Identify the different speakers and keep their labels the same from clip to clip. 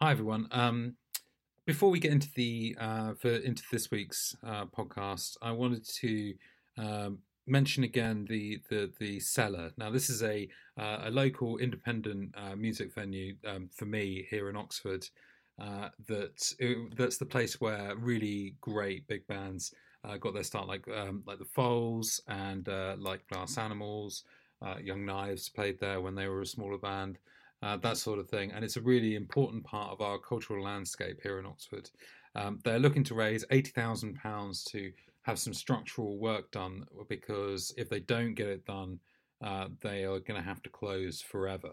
Speaker 1: Hi everyone. Um, before we get into the uh, for into this week's uh, podcast, I wanted to um, mention again the the the cellar. Now this is a uh, a local independent uh, music venue um, for me here in Oxford. Uh, that uh, that's the place where really great big bands uh, got their start, like um, like the Foals and uh, like Glass Animals. Uh, Young Knives played there when they were a smaller band, uh, that sort of thing. And it's a really important part of our cultural landscape here in Oxford. Um, they're looking to raise eighty thousand pounds to have some structural work done uh, because if they don't get it done, uh, they are going to have to close forever.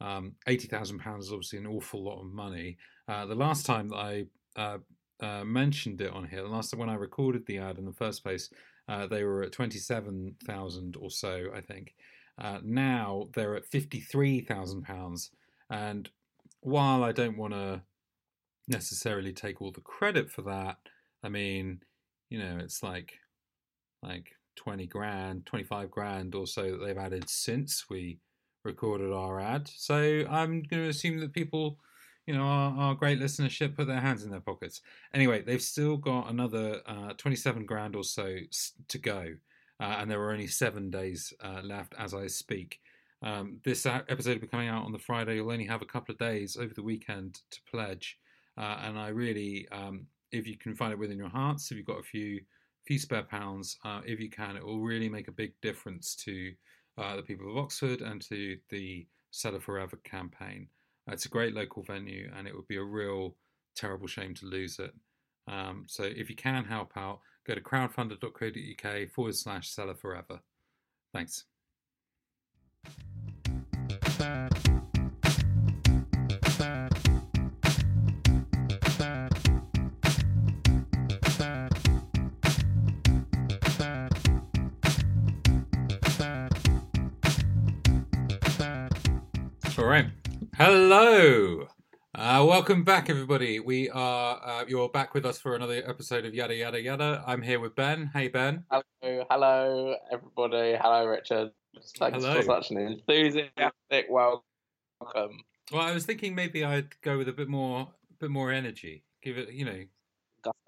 Speaker 1: Um, eighty thousand pounds is obviously an awful lot of money. Uh, the last time that I uh, uh, mentioned it on here, the last time when I recorded the ad in the first place, uh, they were at twenty-seven thousand or so, I think. Uh, now they're at fifty-three thousand pounds, and while I don't want to necessarily take all the credit for that, I mean, you know, it's like like twenty grand, twenty-five grand or so that they've added since we recorded our ad. So I'm going to assume that people you know, our, our great listenership put their hands in their pockets. Anyway, they've still got another uh, 27 grand or so s- to go, uh, and there are only seven days uh, left as I speak. Um, this a- episode will be coming out on the Friday. You'll only have a couple of days over the weekend to pledge, uh, and I really, um, if you can find it within your hearts, if you've got a few few spare pounds, uh, if you can, it will really make a big difference to uh, the people of Oxford and to the Seller Forever campaign. It's a great local venue, and it would be a real terrible shame to lose it. Um, so if you can help out, go to crowdfunder.co.uk forward slash seller forever. Thanks. All right. Hello. Uh, welcome back, everybody. We are uh, you're back with us for another episode of Yada Yada Yada. I'm here with Ben. Hey, Ben.
Speaker 2: Hello, hello, everybody. Hello, Richard. Thanks
Speaker 1: Hello.
Speaker 2: for such an enthusiastic welcome.
Speaker 1: Well, I was thinking maybe I'd go with a bit more, bit more energy. Give it, you know.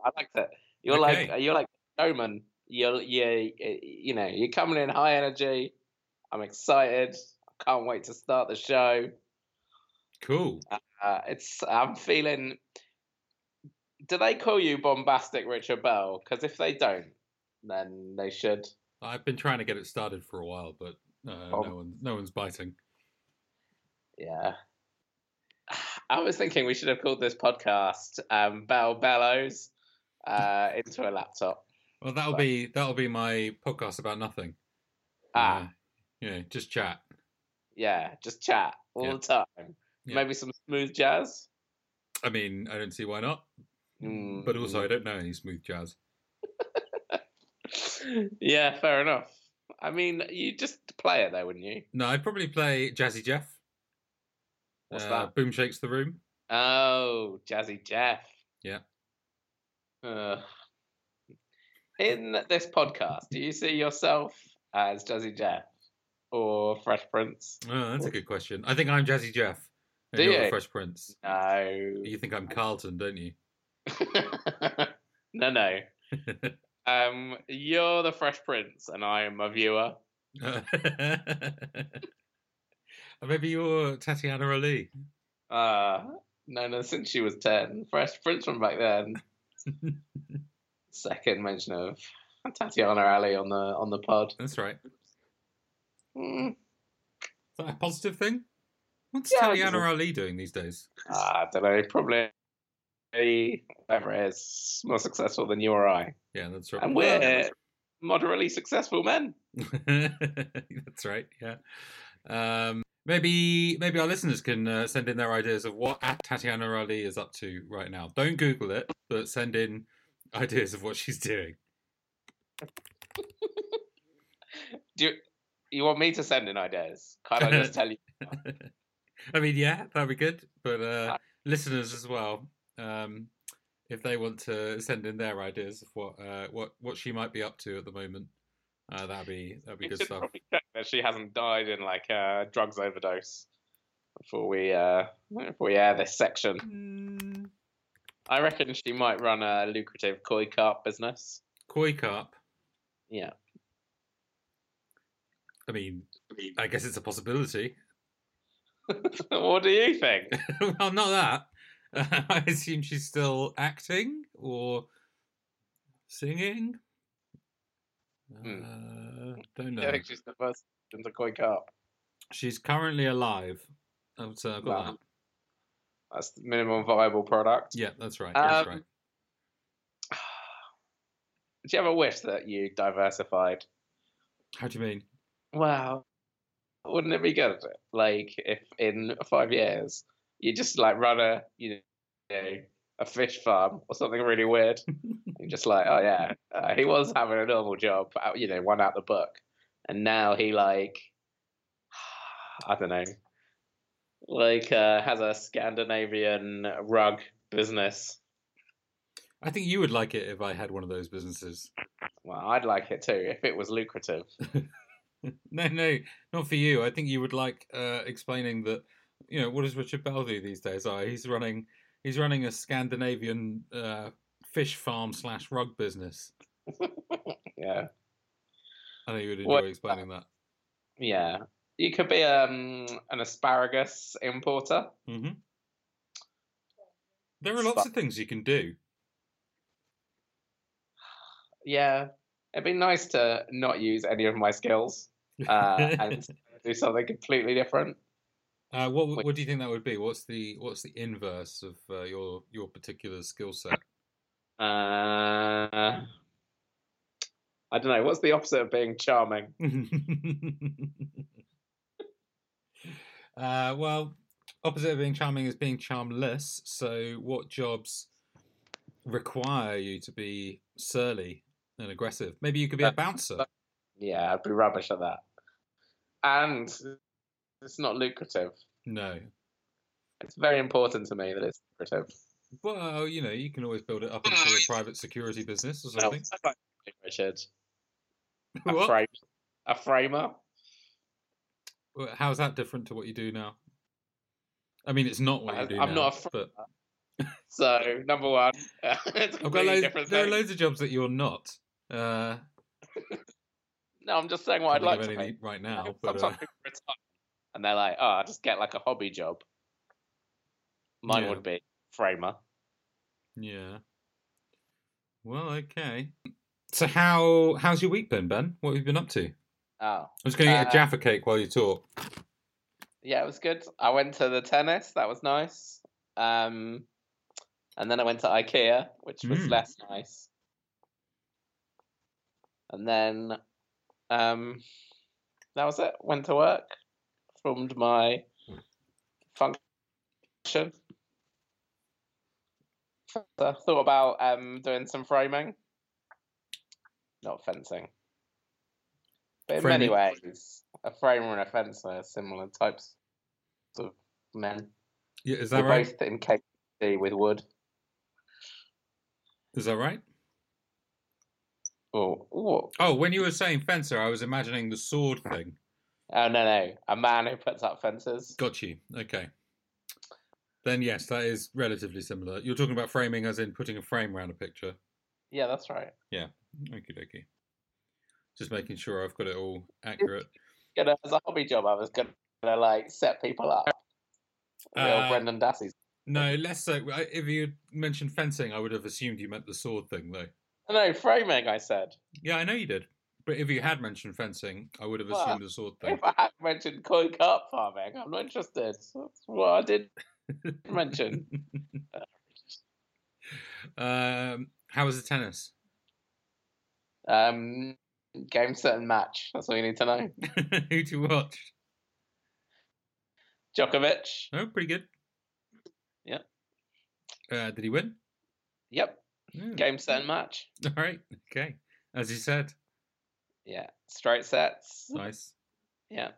Speaker 2: I liked it. You're
Speaker 1: Okay.
Speaker 2: like you're like a showman. You're you you know you're coming in high energy. I'm excited. I can't wait to start the show.
Speaker 1: Cool.
Speaker 2: Uh, it's I'm feeling. Do they call you bombastic Richard Bell? Because if they don't, then they should.
Speaker 1: I've been trying to get it started for a while, but uh,
Speaker 2: oh.
Speaker 1: no one, no one's biting.
Speaker 2: Yeah. I was thinking we should have called this podcast um, Bell Bellows uh, into a laptop.
Speaker 1: Well, that'll
Speaker 2: But-
Speaker 1: be that'll be my podcast about nothing.
Speaker 2: Ah,
Speaker 1: Yeah, you know, just chat.
Speaker 2: yeah, just chat all
Speaker 1: Yeah.
Speaker 2: the time.
Speaker 1: Yeah.
Speaker 2: Maybe some smooth jazz.
Speaker 1: I mean, I don't see why not.
Speaker 2: Mm.
Speaker 1: But also, I don't know any smooth jazz.
Speaker 2: yeah, fair enough. I mean, you just play it though, wouldn't you?
Speaker 1: No, I'd probably play Jazzy Jeff.
Speaker 2: What's
Speaker 1: uh, Boom shakes the room.
Speaker 2: that? Oh, Jazzy Jeff.
Speaker 1: Yeah.
Speaker 2: Ugh. in this podcast, do you see yourself as Jazzy Jeff or Fresh Prince?
Speaker 1: Oh, that's a good question. I think I'm Jazzy Jeff. And
Speaker 2: Do
Speaker 1: you're the
Speaker 2: you?
Speaker 1: Fresh Prince.
Speaker 2: No.
Speaker 1: You think I'm Carlton, don't you?
Speaker 2: no, no. Um, you're the Fresh Prince, and I'm a viewer.
Speaker 1: Or Maybe you're Tatiana Ali.
Speaker 2: Uh, no, no, since she was 10. Fresh Prince from back then. Second mention of Tatiana Alley on the on the pod.
Speaker 1: That's right. Is
Speaker 2: Mm,
Speaker 1: that a positive thing? What's
Speaker 2: Yeah, I guess
Speaker 1: Tatiana
Speaker 2: so.
Speaker 1: Ali doing these days?
Speaker 2: I don't know, probably whatever it is, more successful than you or I.
Speaker 1: Yeah, that's right.
Speaker 2: And
Speaker 1: Well,
Speaker 2: we're moderately successful men.
Speaker 1: That's right. Yeah. Um, maybe maybe our listeners can uh, send in their ideas of what at Tatiana Ali is up to right now. Don't Google it, but send in ideas of what she's doing.
Speaker 2: Do you, you want me to send in ideas? Can't I just tell you?
Speaker 1: I mean, yeah, that'd be good. But uh, listeners as well, um, if they want to send in their ideas of what uh, what what she might be up to at the moment, uh, that'd be that'd be
Speaker 2: We
Speaker 1: good
Speaker 2: should
Speaker 1: stuff.
Speaker 2: probably check that she hasn't died in like a drugs overdose before we uh before we air this section. hmm.
Speaker 1: Mm.
Speaker 2: I reckon she might run a lucrative koi carp business.
Speaker 1: Koi carp.
Speaker 2: Yeah.
Speaker 1: I mean, I guess it's a possibility.
Speaker 2: what do you think?
Speaker 1: well, not that. I assume she's still acting or singing. Uh, don't know.
Speaker 2: Hmm. I think she's the first into koi carp.
Speaker 1: She's currently alive. Oh, so I've got
Speaker 2: Wow.
Speaker 1: that.
Speaker 2: That's the minimum viable product.
Speaker 1: Yeah, that's right. That's
Speaker 2: Um,
Speaker 1: right.
Speaker 2: Do you ever wish that you diversified?
Speaker 1: How do you mean?
Speaker 2: Wow. Wouldn't it be good? Like if in five years you just like run a you know a fish farm or something really weird. You're just like, oh yeah, uh, he was having a normal job, out- you know, one out the book, and now he like, I don't know, like uh, has a Scandinavian rug business.
Speaker 1: I think you would like it if I had one of those businesses.
Speaker 2: Well, I'd like it too if it was lucrative.
Speaker 1: No, no, not for you. I think you would like uh, explaining that. You know, what does Richard Bell do these days? Oh, he's running. He's running a Scandinavian uh, fish farm slash rug business.
Speaker 2: Yeah,
Speaker 1: I think you would enjoy
Speaker 2: What-
Speaker 1: explaining that.
Speaker 2: yeah. You could be um, an asparagus importer.
Speaker 1: hmm There are lots
Speaker 2: Spa-
Speaker 1: of things you can do.
Speaker 2: Yeah, it'd be nice to not use any of my skills uh, and do something completely different.
Speaker 1: Uh, what
Speaker 2: Wait.
Speaker 1: what do you think that would be? What's the what's the inverse of uh, your your particular skill set?
Speaker 2: Uh, I don't know. What's the opposite of being charming?
Speaker 1: uh, well, opposite of being charming is being charmless. So, what jobs require you to be surly and aggressive? Maybe you could be a
Speaker 2: Uh,
Speaker 1: bouncer.
Speaker 2: uh, Yeah, I'd be rubbish at that. And it's not lucrative.
Speaker 1: No.
Speaker 2: It's very important to me that it's lucrative.
Speaker 1: Well, you know, you can always build it up into a private security business or
Speaker 2: No,
Speaker 1: something.
Speaker 2: I like you, Richard, a,
Speaker 1: What?
Speaker 2: frame, a framer.
Speaker 1: Well, How's that different to what you do now? I mean, it's not what
Speaker 2: I-
Speaker 1: you do
Speaker 2: I'm
Speaker 1: now.
Speaker 2: not a fr-
Speaker 1: but
Speaker 2: So number one, it's a
Speaker 1: I've got
Speaker 2: completely
Speaker 1: loads,
Speaker 2: different
Speaker 1: there are
Speaker 2: thing.
Speaker 1: loads of jobs that you're not. Uh,
Speaker 2: No, I'm just saying what I'd
Speaker 1: can't
Speaker 2: like
Speaker 1: think
Speaker 2: to
Speaker 1: of
Speaker 2: make.
Speaker 1: any right now, but
Speaker 2: Sometimes
Speaker 1: uh,
Speaker 2: people retire and they're like, "Oh, I just get like a hobby job." Mine
Speaker 1: Yeah.
Speaker 2: would be framer.
Speaker 1: yeah. Well, okay. So how how's your week been, Ben? What have you been up to? I
Speaker 2: Oh,
Speaker 1: was going to eat
Speaker 2: Uh,
Speaker 1: a jaffa cake while you talk.
Speaker 2: yeah, it was good. I went to the tennis. That was nice. Um, and then I went to IKEA, which was
Speaker 1: Mm.
Speaker 2: less nice. And then, um, that was it. Went to work, filmed my function. So I thought about um doing some framing, not fencing. But in many
Speaker 1: Framing.
Speaker 2: ways, a framer and a fencer are similar types of men.
Speaker 1: Yeah, is that
Speaker 2: They're
Speaker 1: right?
Speaker 2: both incapable with wood.
Speaker 1: Is that right?
Speaker 2: Oh, oh,
Speaker 1: Oh, when you were saying fencer, I was imagining the sword thing.
Speaker 2: oh no, no, a man who puts up fences.
Speaker 1: Got you. Okay. Then yes, that is relatively similar. You're talking about framing, as in putting a frame around a picture.
Speaker 2: Yeah, that's right.
Speaker 1: Okie dokie. Just making sure I've got it all accurate.
Speaker 2: You know, as a hobby job, I was gonna like set people up. Real
Speaker 1: Uh,
Speaker 2: Brendan Dassey's.
Speaker 1: No, less so. I- If you mentioned fencing, I would have assumed you meant the sword thing, though.
Speaker 2: No, framing. I said.
Speaker 1: Yeah, I know you did. But if you had mentioned fencing, I would have
Speaker 2: Well,
Speaker 1: assumed the sword thing.
Speaker 2: If I had mentioned koi carp farming, I'm not interested. That's what I did mention.
Speaker 1: um, how was the tennis?
Speaker 2: Um, game, set, and match. That's all you need to know.
Speaker 1: Who to watch?
Speaker 2: Djokovic.
Speaker 1: Oh, pretty good.
Speaker 2: Yeah.
Speaker 1: Uh, did he win?
Speaker 2: Yep.
Speaker 1: Yeah.
Speaker 2: Game, set, and match.
Speaker 1: All right. Okay. As you said.
Speaker 2: Yeah. Straight sets.
Speaker 1: Nice.
Speaker 2: Yeah.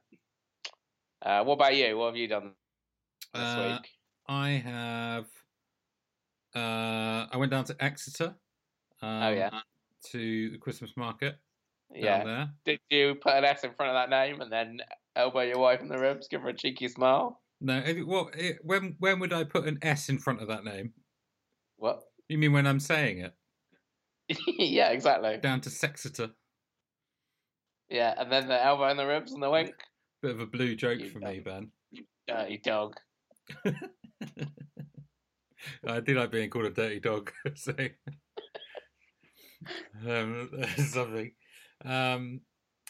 Speaker 2: Uh, what about you? What have you done this
Speaker 1: Uh,
Speaker 2: week?
Speaker 1: I have. Uh, I went down to Exeter. Um,
Speaker 2: Oh, yeah.
Speaker 1: To the Christmas market down
Speaker 2: Yeah.
Speaker 1: there.
Speaker 2: Did you put an S in front of that name and then elbow your wife in the ribs, give her a cheeky smile?
Speaker 1: No, it- well, it, when when would I put an S in front of that name?
Speaker 2: What?
Speaker 1: You mean when I'm saying it?
Speaker 2: yeah, exactly.
Speaker 1: Down to Sexeter.
Speaker 2: Yeah, and then the elbow and the ribs and the wink.
Speaker 1: Bit of a blue joke
Speaker 2: You
Speaker 1: for me, Ben.
Speaker 2: Dirty dog.
Speaker 1: I do like being called a dirty dog. so um, that's something. Um,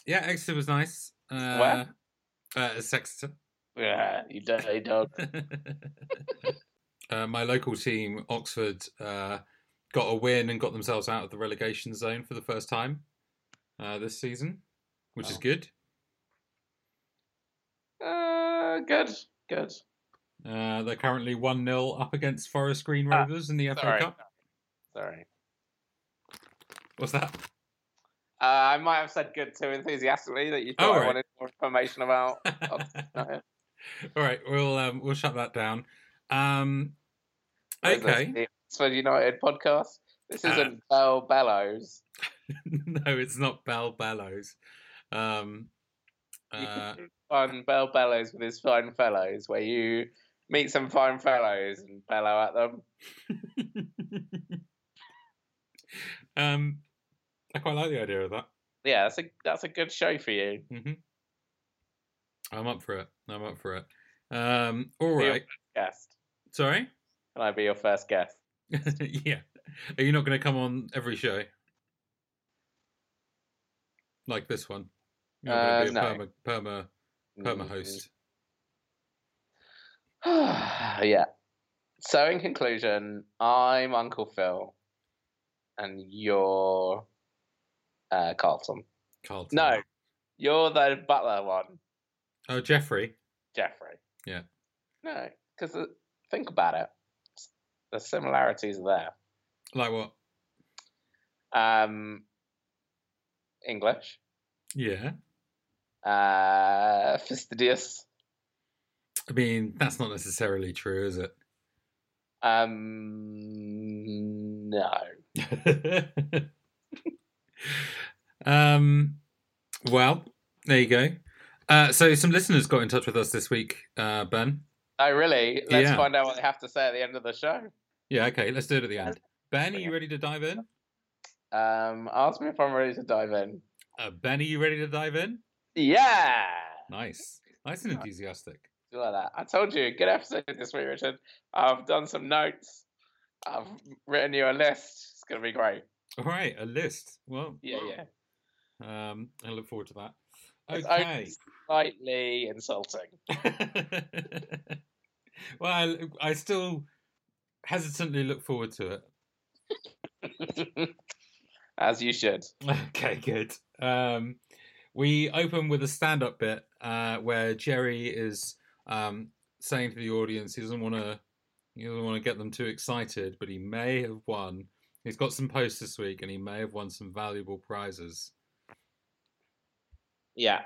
Speaker 1: yeah, Exeter was nice. Uh,
Speaker 2: Where?
Speaker 1: Uh, Sexeter.
Speaker 2: Yeah, you dirty dog.
Speaker 1: uh, my local team, Oxford, uh, got a win and got themselves out of the relegation zone for the first time uh, this season, which is
Speaker 2: Wow.
Speaker 1: good.
Speaker 2: Uh, good, good.
Speaker 1: Uh, they're currently 1 0 up against Forest Green
Speaker 2: Ah,
Speaker 1: Rovers in the FA
Speaker 2: Sorry,
Speaker 1: Cup.
Speaker 2: sorry.
Speaker 1: What's that?
Speaker 2: Uh, I might have said good too enthusiastically that you
Speaker 1: Oh,
Speaker 2: thought I
Speaker 1: right.
Speaker 2: wanted more information about. uh,
Speaker 1: All
Speaker 2: No,
Speaker 1: right, we'll um, we'll shut that down. Um,
Speaker 2: this is
Speaker 1: okay,
Speaker 2: the Oxford United podcast. This
Speaker 1: Uh,
Speaker 2: isn't Bell Bellows.
Speaker 1: no, it's not Bell Bellows. Um,
Speaker 2: You
Speaker 1: uh,
Speaker 2: can find Bell Bellows with his fine fellows, where you meet some fine fellows and bellow at them.
Speaker 1: um, I quite like the idea of that.
Speaker 2: Yeah, that's a that's a good show for you.
Speaker 1: hmm I'm up for it. I'm up for it. Um, all
Speaker 2: Be your
Speaker 1: right.
Speaker 2: Guest,
Speaker 1: Sorry.
Speaker 2: can I be your first guest?
Speaker 1: yeah. Are you not going to come on every show? Like this one? You're
Speaker 2: Uh,
Speaker 1: going to be a
Speaker 2: no. Mm-hmm.
Speaker 1: perma, perma, perma host.
Speaker 2: yeah. So, in conclusion, I'm Uncle Phil, and you're uh, Carlton.
Speaker 1: Carlton.
Speaker 2: No, you're the butler one,
Speaker 1: Oh, Jeffrey.
Speaker 2: Jeffrey.
Speaker 1: Yeah.
Speaker 2: No, because think about it, the similarities are there.
Speaker 1: Like what?
Speaker 2: Um, English,
Speaker 1: Yeah.
Speaker 2: uh, fastidious.
Speaker 1: I mean, that's not necessarily true, is
Speaker 2: Um, no.
Speaker 1: it? um, well, there you go. Uh, so, some listeners got in touch with us this week, uh, Ben.
Speaker 2: Oh, really? Let's
Speaker 1: Yeah.
Speaker 2: find out what they have to say at the end of the show.
Speaker 1: Yeah, okay, let's do it at the end. Ben, are
Speaker 2: Bring
Speaker 1: you
Speaker 2: it.
Speaker 1: ready to dive in?
Speaker 2: Um, ask me if I'm ready to dive in.
Speaker 1: Uh, ben, are you ready to dive in?
Speaker 2: Yeah,
Speaker 1: Nice. Nice and enthusiastic.
Speaker 2: Do like that. I told you, good episode this week, Richard. I've done some notes. I've written you a list. It's gonna be great.
Speaker 1: All right, a list. Well,
Speaker 2: Yeah, yeah.
Speaker 1: um, I look forward to that.
Speaker 2: It's
Speaker 1: Okay.
Speaker 2: only slightly insulting.
Speaker 1: well, I, I still hesitantly look forward to it.
Speaker 2: As you should.
Speaker 1: Okay, good. Um, we open with a stand up bit uh, where Jerry is um, saying to the audience he doesn't want to he doesn't want to get them too excited, but he may have won. He's got some posts this week, and he may have won some valuable prizes.
Speaker 2: Yeah.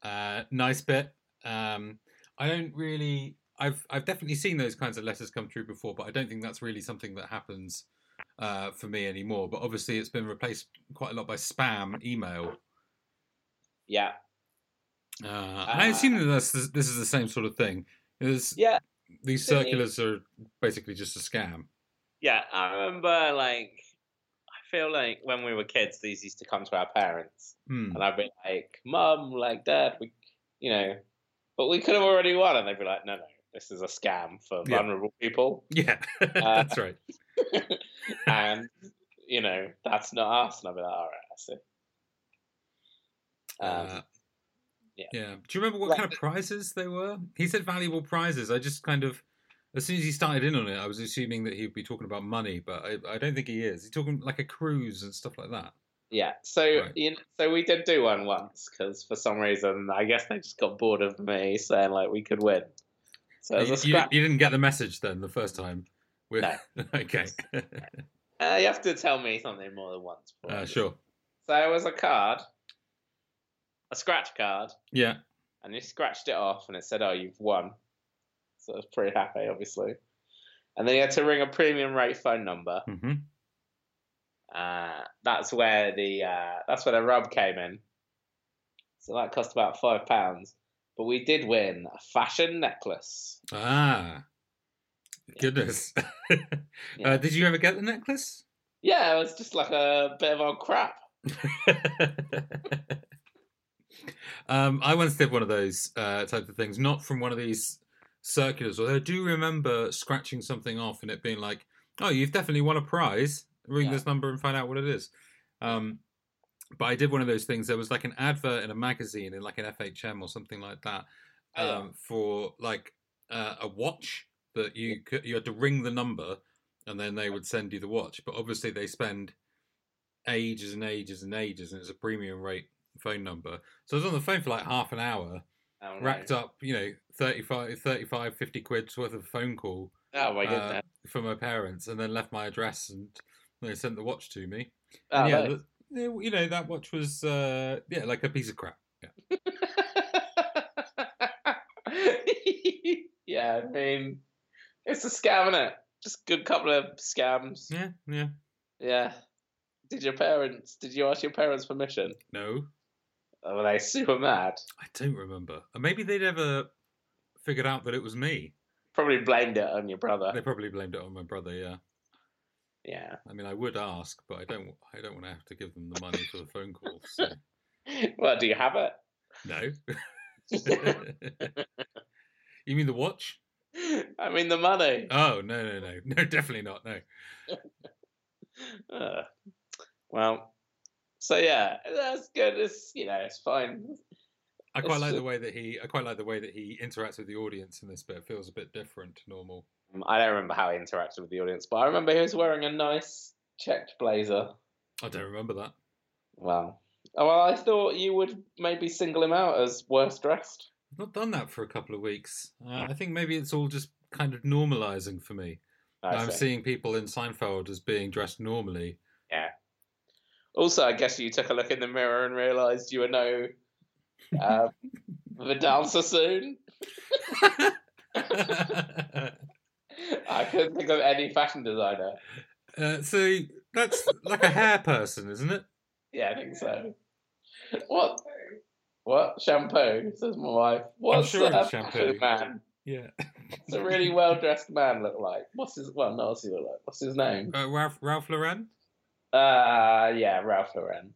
Speaker 1: Uh, nice bit. Um, I don't really. I've I've definitely seen those kinds of letters come through before, but I don't think that's really something that happens uh, for me anymore. But obviously, it's been replaced quite a lot by spam email.
Speaker 2: Yeah.
Speaker 1: Uh, and I assume that that's, this is the same sort of thing. There's-
Speaker 2: Yeah.
Speaker 1: These
Speaker 2: Sydney.
Speaker 1: circulars are basically just a scam.
Speaker 2: Yeah. I remember like I feel like when we were kids these used to come to our parents.
Speaker 1: Hmm.
Speaker 2: And I'd be like, Mum, like Dad, we, you know, but we could have already won. And they'd be like, No, no, this is a scam for
Speaker 1: Yeah.
Speaker 2: vulnerable people,
Speaker 1: Yeah,
Speaker 2: uh,
Speaker 1: that's right.
Speaker 2: and you know that's not us. And I'd be like, All right, I see. Um,
Speaker 1: Uh,
Speaker 2: yeah.
Speaker 1: Do you remember what
Speaker 2: Like
Speaker 1: kind of prizes they were? He said valuable prizes. I just kind of, as soon as he started in on it, I was assuming that he'd be talking about money, but I, I don't think he is. He's talking like a cruise and stuff like that.
Speaker 2: yeah. So
Speaker 1: Right.
Speaker 2: you know, so we did do one once because for some reason I guess they just got bored of me saying like we could win. So it
Speaker 1: You,
Speaker 2: was a
Speaker 1: you,
Speaker 2: scrap.
Speaker 1: you didn't get the message then the first time. With,
Speaker 2: No.
Speaker 1: okay.
Speaker 2: Uh, you have to tell me something more than once.
Speaker 1: uh,
Speaker 2: probably.
Speaker 1: sure.
Speaker 2: So it was a card, a scratch card.
Speaker 1: Yeah.
Speaker 2: and they scratched it off and it said, "Oh, you've won." So I was pretty happy, obviously. And then you had to ring a premium rate phone number.
Speaker 1: hmm
Speaker 2: Uh, that's where the uh, that's where the rub came in. So that cost about five pounds, But we did win a fashion necklace.
Speaker 1: Ah, goodness. uh,
Speaker 2: Yeah.
Speaker 1: did you ever get the necklace?
Speaker 2: Yeah, it was just like a bit of old crap.
Speaker 1: um, I once did one of those uh, type of things, not from one of these circulars, although I do remember scratching something off and it being like, oh, you've definitely won a prize. Ring
Speaker 2: Yeah.
Speaker 1: this number and find out what it is. Um, but I did one of those things. There was like an advert in a magazine, in like an FHM or something like that,
Speaker 2: Oh, yeah.
Speaker 1: um, for like uh, a watch that you could, you had to ring the number and then they would send you the watch. But obviously, they spend ages and ages and ages, and it's a premium rate phone number. So I was on the phone for like half an hour,
Speaker 2: Oh, no.
Speaker 1: racked up, you know, 35, 35 50 quid's worth of phone call
Speaker 2: Oh my
Speaker 1: uh,
Speaker 2: goodness.
Speaker 1: for my parents, and then left my address and they sent the watch to me. And
Speaker 2: Oh,
Speaker 1: uh, yeah,
Speaker 2: no.
Speaker 1: th- yeah, you know, that watch was, uh, yeah, like a piece of crap. Yeah.
Speaker 2: yeah, I mean, it's a scam, is it? Just a good couple of scams.
Speaker 1: Yeah, yeah.
Speaker 2: Yeah. Did your parents? Did you ask your parents' permission?
Speaker 1: No,
Speaker 2: Oh, Were they super mad?
Speaker 1: I don't remember. And maybe they'd ever figured out that it was me.
Speaker 2: Probably blamed it on your
Speaker 1: They
Speaker 2: brother.
Speaker 1: probably blamed it on my brother, yeah.
Speaker 2: Yeah.
Speaker 1: I mean, I would ask, but I don't. I don't want to have to give them the money for the phone call. So.
Speaker 2: Well, do you have it?
Speaker 1: No. you mean the watch?
Speaker 2: I mean, the money.
Speaker 1: Oh no no no no definitely not no.
Speaker 2: Ugh. well, so yeah, that's good. It's you know, it's fine.
Speaker 1: I quite
Speaker 2: It's
Speaker 1: like
Speaker 2: ju-
Speaker 1: the way that he. I quite like the way that he interacts with the audience in this bit. It feels a bit different to normal.
Speaker 2: Um, I don't remember how he interacted with the audience, but I remember he was wearing a nice checked blazer.
Speaker 1: I don't remember that.
Speaker 2: Wow. Oh, well, I thought you would maybe single him out as worst dressed.
Speaker 1: I've not done that for a couple of weeks. Uh, I think maybe it's all just kind of normalizing for me.
Speaker 2: I
Speaker 1: I'm
Speaker 2: see.
Speaker 1: seeing people in Seinfeld as being dressed normally.
Speaker 2: Also, I guess you took a look in the mirror and realised you were no um, Vidal Sassoon. I couldn't think of any fashion designer.
Speaker 1: uh, so that's like a hair person, isn't it?
Speaker 2: Yeah, I think so. What? What shampoo? Says my wife. What's
Speaker 1: sure
Speaker 2: a
Speaker 1: it's shampoo.
Speaker 2: fashion man?
Speaker 1: Yeah.
Speaker 2: What's a really well dressed man look like? What's his? Well, not what's he look like? What's his name?
Speaker 1: Uh, Ralph Ralph Lauren,
Speaker 2: Uh yeah, Ralph Lauren.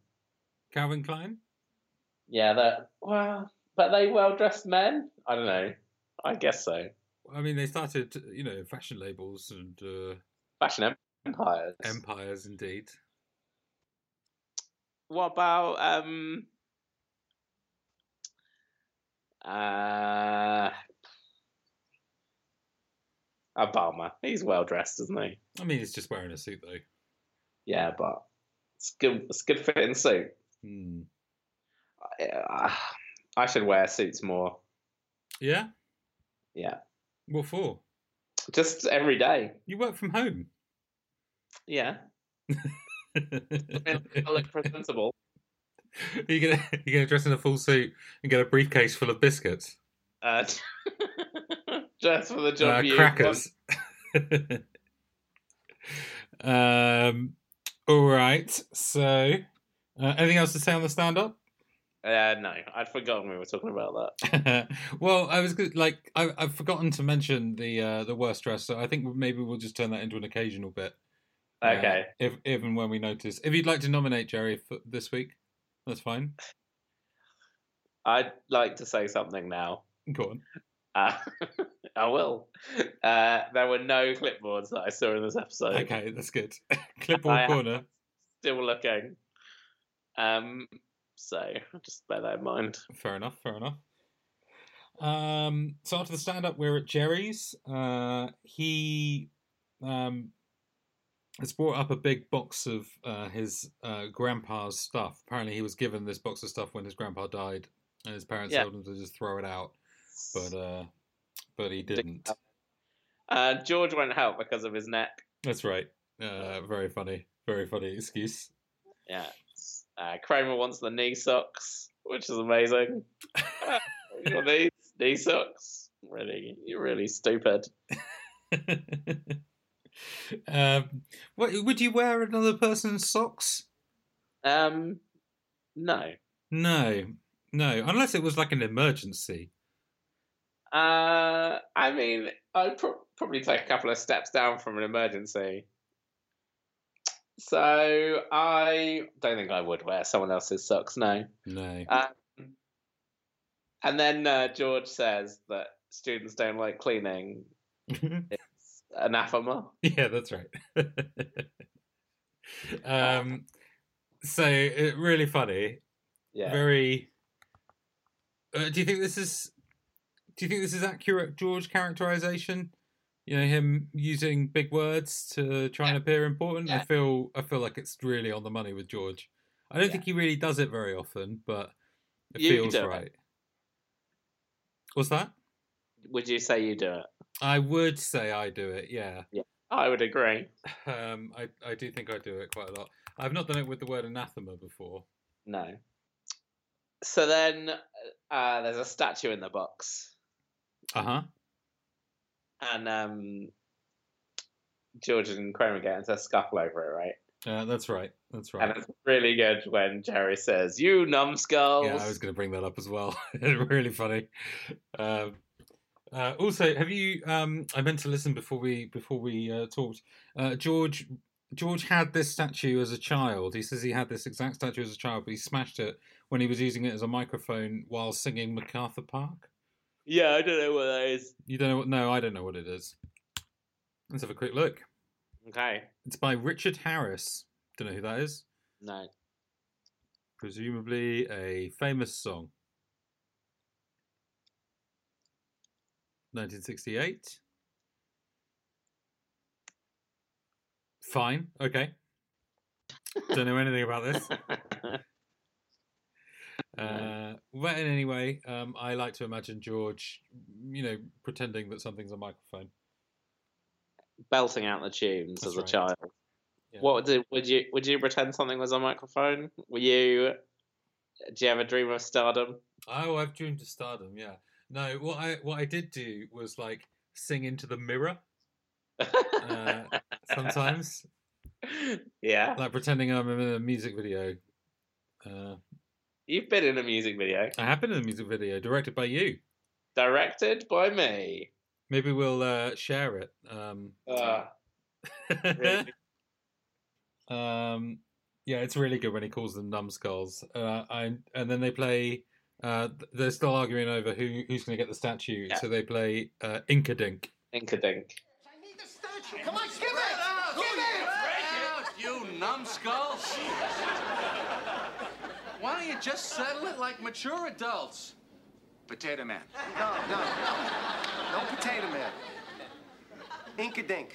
Speaker 1: Calvin Klein.
Speaker 2: Yeah, that. Well, but they well dressed men. I don't know. I guess so.
Speaker 1: I mean, they started, you know, fashion labels and uh,
Speaker 2: Fashion empires.
Speaker 1: empires, indeed.
Speaker 2: what about um? Uh, Obama. He's well dressed, isn't he?
Speaker 1: I mean, he's just wearing a suit, though.
Speaker 2: Yeah, but it's good. It's good fitting suit.
Speaker 1: Hmm.
Speaker 2: Yeah, I should wear suits more.
Speaker 1: Yeah.
Speaker 2: Yeah.
Speaker 1: What for?
Speaker 2: Just every day.
Speaker 1: You work from home.
Speaker 2: Yeah. And I
Speaker 1: Are
Speaker 2: look presentable.
Speaker 1: you gonna you gonna dress in a full suit and get a briefcase full of biscuits,
Speaker 2: Uh, just for the job
Speaker 1: uh,
Speaker 2: you
Speaker 1: crackers? um. All right. So, uh, anything else to say on the stand up?
Speaker 2: want. Uh, no, I'd forgotten we were talking about that.
Speaker 1: well, I was go- like, I, I've forgotten to mention the uh, the worst dress, so I think maybe we'll just turn that into an occasional bit. uh,
Speaker 2: Okay.
Speaker 1: if even when we notice, if you'd like to nominate Jerry for this week, that's fine.
Speaker 2: I'd like to say something now.
Speaker 1: Go on.
Speaker 2: Uh, I will. Uh, there were no clipboards that I saw in this episode.
Speaker 1: Okay, that's good. Clipboard
Speaker 2: I-
Speaker 1: corner.
Speaker 2: Still looking. Um, so just bear that in mind.
Speaker 1: Fair enough. Fair enough. Um, so after the stand up, we're at Jerry's. Uh, he um, has brought up a big box of uh, his uh, grandpa's stuff. Apparently, he was given this box of stuff when his grandpa died, and his parents
Speaker 2: Yeah.
Speaker 1: told him to just throw it out, but uh, but he didn't.
Speaker 2: Uh, George won't help because of his neck.
Speaker 1: That's right. Uh, very funny. Very funny excuse.
Speaker 2: Yeah. Uh, Kramer wants the knee socks, which is amazing. Uh, your knees, knee socks. Really, you're really stupid.
Speaker 1: um, what, would you wear another person's socks?
Speaker 2: Um, no.
Speaker 1: No, no, unless it was like an emergency.
Speaker 2: Uh, I mean, I'd pro- probably take a couple of steps down from an emergency. So I don't think I would wear someone else's socks. No.
Speaker 1: No.
Speaker 2: Um, and then uh, George says that students don't like cleaning. It's anathema.
Speaker 1: yeah, that's right. um, so uh, really funny.
Speaker 2: Yeah.
Speaker 1: Very. Uh, do you think this is? Do you think this is accurate, George? Characterization. You know him using big words to try and appear important. I
Speaker 2: Yeah.
Speaker 1: feel I feel like it's really on the money with George. I don't
Speaker 2: Yeah.
Speaker 1: think he really does it very often, but it
Speaker 2: You
Speaker 1: feels
Speaker 2: do it.
Speaker 1: right. What's that?
Speaker 2: Would you say you do it?
Speaker 1: I would say I do it. Yeah.
Speaker 2: I would agree.
Speaker 1: Um, I, I do think I do it quite a lot. I've not done it with the word anathema before.
Speaker 2: No. So then uh, there's a statue in the box.
Speaker 1: Uh huh.
Speaker 2: and um, George and Kramer get into a scuffle over it, right?
Speaker 1: Uh, that's right. That's
Speaker 2: And
Speaker 1: right.
Speaker 2: it's really good when Jerry says, "You numbskulls."
Speaker 1: Yeah, I was going to bring that up as well. really funny. Um, uh, also, have you? Um, I meant to listen before we before we uh, talked. Uh, George George had this statue as a child. He says he had this exact statue as a child, but he smashed it when he was using it as a microphone while singing Macarthur Park.
Speaker 2: Yeah, I don't know what that is.
Speaker 1: You don't know what? No, I don't know what it is. Let's have a quick look.
Speaker 2: Okay,
Speaker 1: It's by Richard Harris. Don't know who that is.
Speaker 2: no,
Speaker 1: Presumably a famous song. 1968. Fine. Okay. Don't know anything about this. Uh, but in any way, um, I like to imagine George, you know, pretending that something's a microphone.
Speaker 2: belting out the tunes
Speaker 1: That's
Speaker 2: as a
Speaker 1: right.
Speaker 2: child.
Speaker 1: Yeah.
Speaker 2: What did, would you would you pretend something was a microphone? Were you? Do you have a dream of stardom?
Speaker 1: Oh, I've dreamed of stardom. Yeah. No, what I what I did do was like sing into the mirror uh, sometimes.
Speaker 2: yeah,
Speaker 1: like pretending I'm in a music video. Uh,
Speaker 2: you've been in a music video
Speaker 1: I have been in a music video directed by you.
Speaker 2: directed by me.
Speaker 1: Maybe we'll uh, share it. Um,
Speaker 2: Uh, really?
Speaker 1: um, yeah, it's really good when he calls them numbskulls. Uh, I, and then they play. Uh, th- they're still arguing over who who's going to get the statue,
Speaker 2: Yeah.
Speaker 1: so they play uh, Inkadink.
Speaker 2: Inkadink.
Speaker 3: I need the statue. Come on, skip it. skip it.
Speaker 4: You numbskulls! Why don't you just settle it like mature adults? Potato Man.
Speaker 3: No, no, no potato man. Inkadink.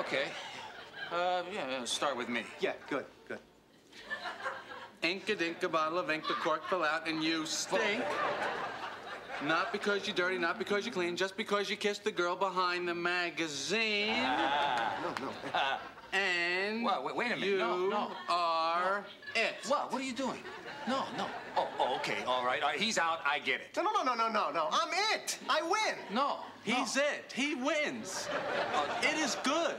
Speaker 4: Okay. Uh, yeah, yeah, start with me.
Speaker 3: Yeah, good, good.
Speaker 4: Ink a dink, a bottle of ink, the cork fell out, and you stink. Not because you're dirty, not because you're clean, just because you kissed the girl behind the magazine.
Speaker 3: No, no.
Speaker 4: And
Speaker 5: Whoa, wait- wait a minute.
Speaker 4: You
Speaker 5: No, no.
Speaker 4: are it.
Speaker 5: What? What are you doing? No, no. Oh, oh, okay. All right. All right. He's out. I get it.
Speaker 3: No, no, no, no, no, no, no. I'm it. I win.
Speaker 4: No, he's it. He wins. it is good.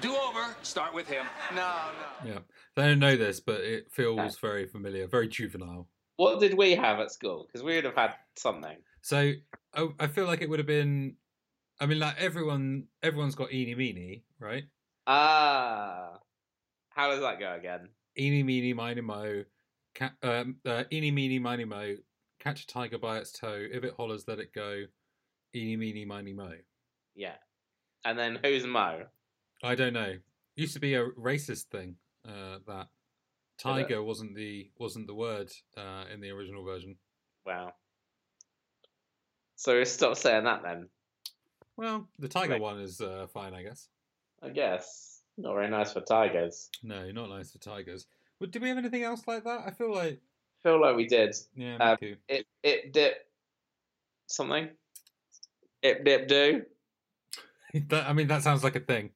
Speaker 5: Do over. Start with him.
Speaker 4: No, no.
Speaker 1: Yeah, they don't know this, but it feels very familiar, very juvenile.
Speaker 2: What did we have at school? Because we would have had something.
Speaker 1: So I, I feel like it would have been. I mean, like everyone, everyone's got eeny meeny, right?
Speaker 2: Ah, how does that go again?
Speaker 1: Eeny meeny miny mo, ca- um, uh, eeny meeny miny mo, catch a tiger by its toe. If it hollers, let it go. Eeny meeny miny mo.
Speaker 2: Yeah, and then who's Mo?
Speaker 1: I don't know. Used to be a racist thing. Uh, that tiger wasn't the wasn't the word uh, in the original version.
Speaker 2: Wow. So we stop saying that then.
Speaker 1: Well, the tiger
Speaker 2: Right.
Speaker 1: one is uh, fine, I guess.
Speaker 2: I guess not very nice for tigers.
Speaker 1: No, not nice for tigers. But did we have anything else like that? I feel like
Speaker 2: Feel like we did.
Speaker 1: yeah, me
Speaker 2: Um,
Speaker 1: too.
Speaker 2: It it dip something. Ip dip do.
Speaker 1: that, I mean, that sounds like a thing.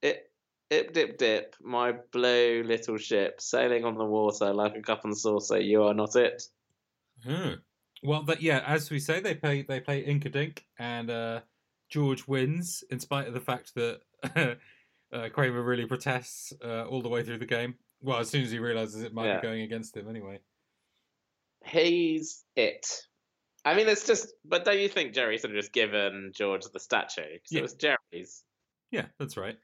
Speaker 2: It. Ip dip dip, my blue little ship, sailing on the water like a cup and saucer. You are not it.
Speaker 1: Hmm. Well, that yeah, as we say, they play they play Inkadink, and uh, George wins in spite of the fact that uh, Kramer really protests uh, all the way through the game. Well, as soon as he realizes it might
Speaker 2: Yeah.
Speaker 1: be going against him anyway.
Speaker 2: He's it. I mean, it's just, but don't you think Jerry should have just given George the statue? 'Cause
Speaker 1: Yeah.
Speaker 2: it was Jerry's.
Speaker 1: Yeah, that's right.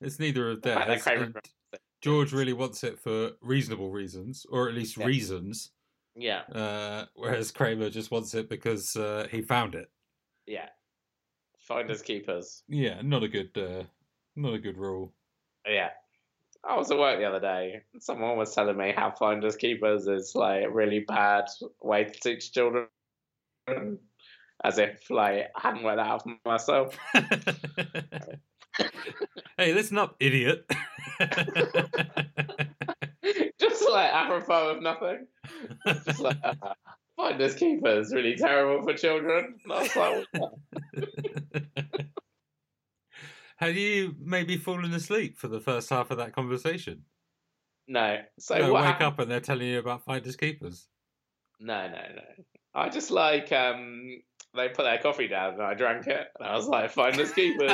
Speaker 1: It's neither of
Speaker 2: fact that
Speaker 1: theirs.
Speaker 2: Kramer
Speaker 1: and
Speaker 2: wrote
Speaker 1: George really wants it for reasonable reasons, or at least
Speaker 2: Yeah.
Speaker 1: reasons,
Speaker 2: Yeah,
Speaker 1: uh, whereas Kramer just wants it because uh, he found it.
Speaker 2: yeah. Finders keepers.
Speaker 1: Yeah, not a good, uh, not a good rule.
Speaker 2: Yeah. I was at work the other day. and Someone was telling me how finders keepers is like a really bad way to teach children, as if like I hadn't worked that out for myself.
Speaker 1: hey, listen up, idiot.
Speaker 2: just like apropos of nothing. Just like uh, finders keepers is really terrible for children. And I was like, "What?"
Speaker 1: Had you maybe fallen asleep for the first half of that conversation?
Speaker 2: no. So
Speaker 1: No,
Speaker 2: what
Speaker 1: wake
Speaker 2: happened-
Speaker 1: up and they're telling you about finders keepers.
Speaker 2: No, no, no. I just like um they put their coffee down and I drank it and I was like, finders keepers.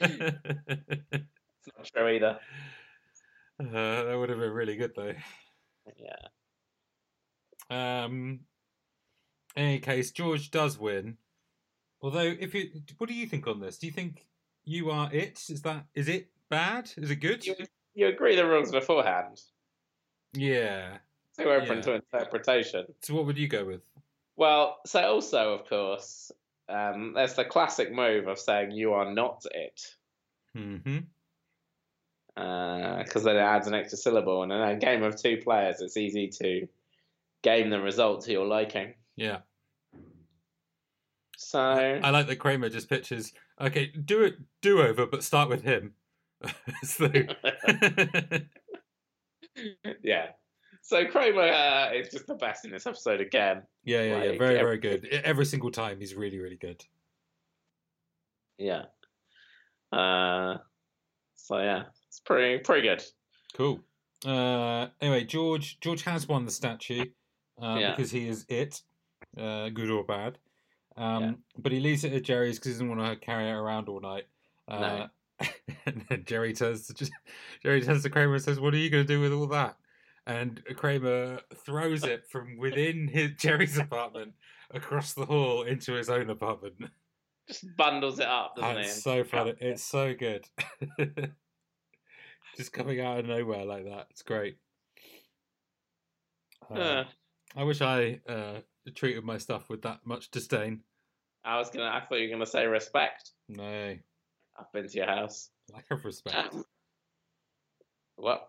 Speaker 1: uh,
Speaker 2: it's not true either.
Speaker 1: that would have been really good though.
Speaker 2: Yeah.
Speaker 1: Um, in any case, George does win. Although, if you, what do you think on this? Do you think you are it? Is that is it bad? Is it good?
Speaker 2: You, you agree the rules beforehand.
Speaker 1: Yeah.
Speaker 2: Too open
Speaker 1: Yeah.
Speaker 2: to interpretation.
Speaker 1: So, what would you go with?
Speaker 2: Well, so also of course, um, there's the classic move of saying you are not it.
Speaker 1: hmm
Speaker 2: because uh, then it adds an extra syllable. And in a game of two players, it's easy to game the result to your liking.
Speaker 1: Yeah.
Speaker 2: So
Speaker 1: I like that Kramer just pitches. Okay, do it, do over, but start with him. so,
Speaker 2: yeah, so Kramer uh, is just the best in this episode again.
Speaker 1: yeah, yeah, yeah.
Speaker 2: Like,
Speaker 1: Very, very
Speaker 2: every-
Speaker 1: good. E- Every single time, he's really, really good.
Speaker 2: Yeah. Uh, so yeah, it's pretty pretty good.
Speaker 1: Cool. Uh, anyway, George George has won the statue uh,
Speaker 2: Yeah.
Speaker 1: because he is it, uh, good or bad. Um,
Speaker 2: Yeah.
Speaker 1: But he leaves it at Jerry's because he doesn't want to carry it around all night.
Speaker 2: No.
Speaker 1: Uh, and then Jerry turns to Jerry turns to Kramer and says, "What are you going to do with all that?" And Kramer throws it from within his, Jerry's apartment across the hall into his own apartment.
Speaker 2: Just bundles it up, doesn't it?
Speaker 1: That's so funny. It's so good. Just coming out of nowhere like that. It's great. Uh,
Speaker 2: Uh,
Speaker 1: I wish I uh, treated my stuff with that much disdain.
Speaker 2: I was gonna. I thought you were gonna say respect.
Speaker 1: No,
Speaker 2: I've been to your house.
Speaker 1: lack of respect.
Speaker 2: Um, What?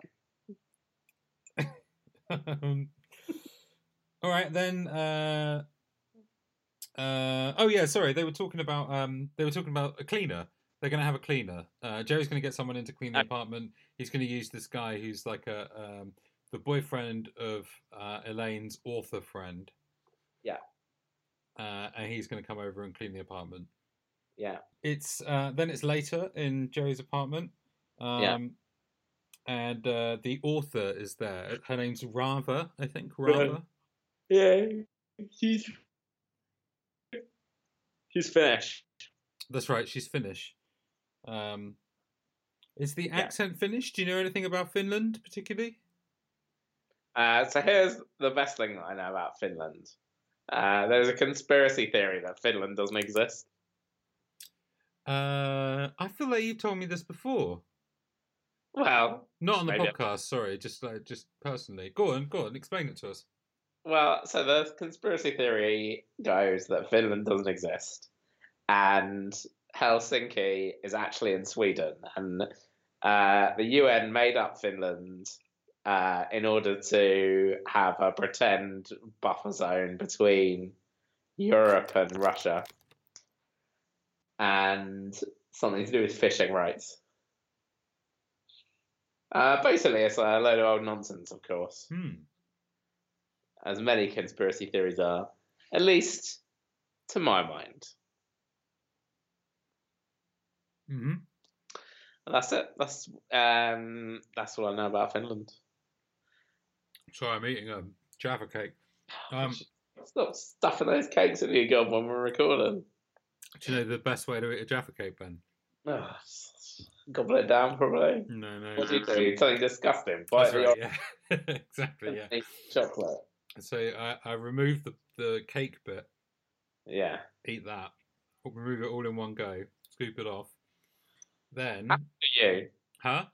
Speaker 1: um, all right then. Uh, uh, oh yeah, sorry. They were talking about um, they were talking about a cleaner. They're going to have a cleaner. Uh, Jerry's going to get someone in to clean the
Speaker 2: Uh,
Speaker 1: apartment. He's going to use this guy who's like a um, the boyfriend of uh, Elaine's author friend.
Speaker 2: Yeah.
Speaker 1: Uh, and he's going to come over and clean the apartment.
Speaker 2: Yeah.
Speaker 1: It's uh, then it's later in Jerry's apartment. Um,
Speaker 2: Yeah.
Speaker 1: And uh, the author is there. Her name's Rava, I think.
Speaker 2: Right.
Speaker 1: Rava.
Speaker 2: Yeah, he's he's finished.
Speaker 1: That's right. She's Finnish. Um, is the
Speaker 2: Yeah.
Speaker 1: accent Finnish? Do you know anything about Finland particularly?
Speaker 2: Uh, so here's the best thing that I know about Finland. Uh, there's a conspiracy theory that Finland doesn't exist.
Speaker 1: Uh, I feel like you've told me this before.
Speaker 2: Well,
Speaker 1: Not on the
Speaker 2: Maybe I-
Speaker 1: podcast. Sorry, just like just personally. Go on, go on. Explain it to us.
Speaker 2: well, so the conspiracy theory goes that Finland doesn't exist, and Helsinki is actually in Sweden, and uh, the UN made up Finland uh, in order to have a pretend buffer zone between Europe and Russia, and something to do with fishing rights. Uh, basically, it's a load of old nonsense, of course
Speaker 1: Hmm.
Speaker 2: as many conspiracy theories are, at least to my mind. mm-hmm.
Speaker 1: hmm
Speaker 2: And that's it. That's um, that's all I know about Finland.
Speaker 1: Sorry, I'm eating a jaffa cake. Um,
Speaker 2: Stop stuffing those cakes in your gob when we're recording.
Speaker 1: do you know the best way to eat a jaffa cake, Ben?
Speaker 2: Ugh, Goblet Ah, down, probably.
Speaker 1: No, no.
Speaker 2: What do you do? Something disgusting.
Speaker 1: That's
Speaker 2: Bite the
Speaker 1: right, yeah. exactly, yeah.
Speaker 2: orange chocolate.
Speaker 1: So I, I removed the, the cake bit,
Speaker 2: Yeah.
Speaker 1: eat that, remove it all in one go, scoop it off. Then,
Speaker 2: Ah. How old are you?
Speaker 1: huh?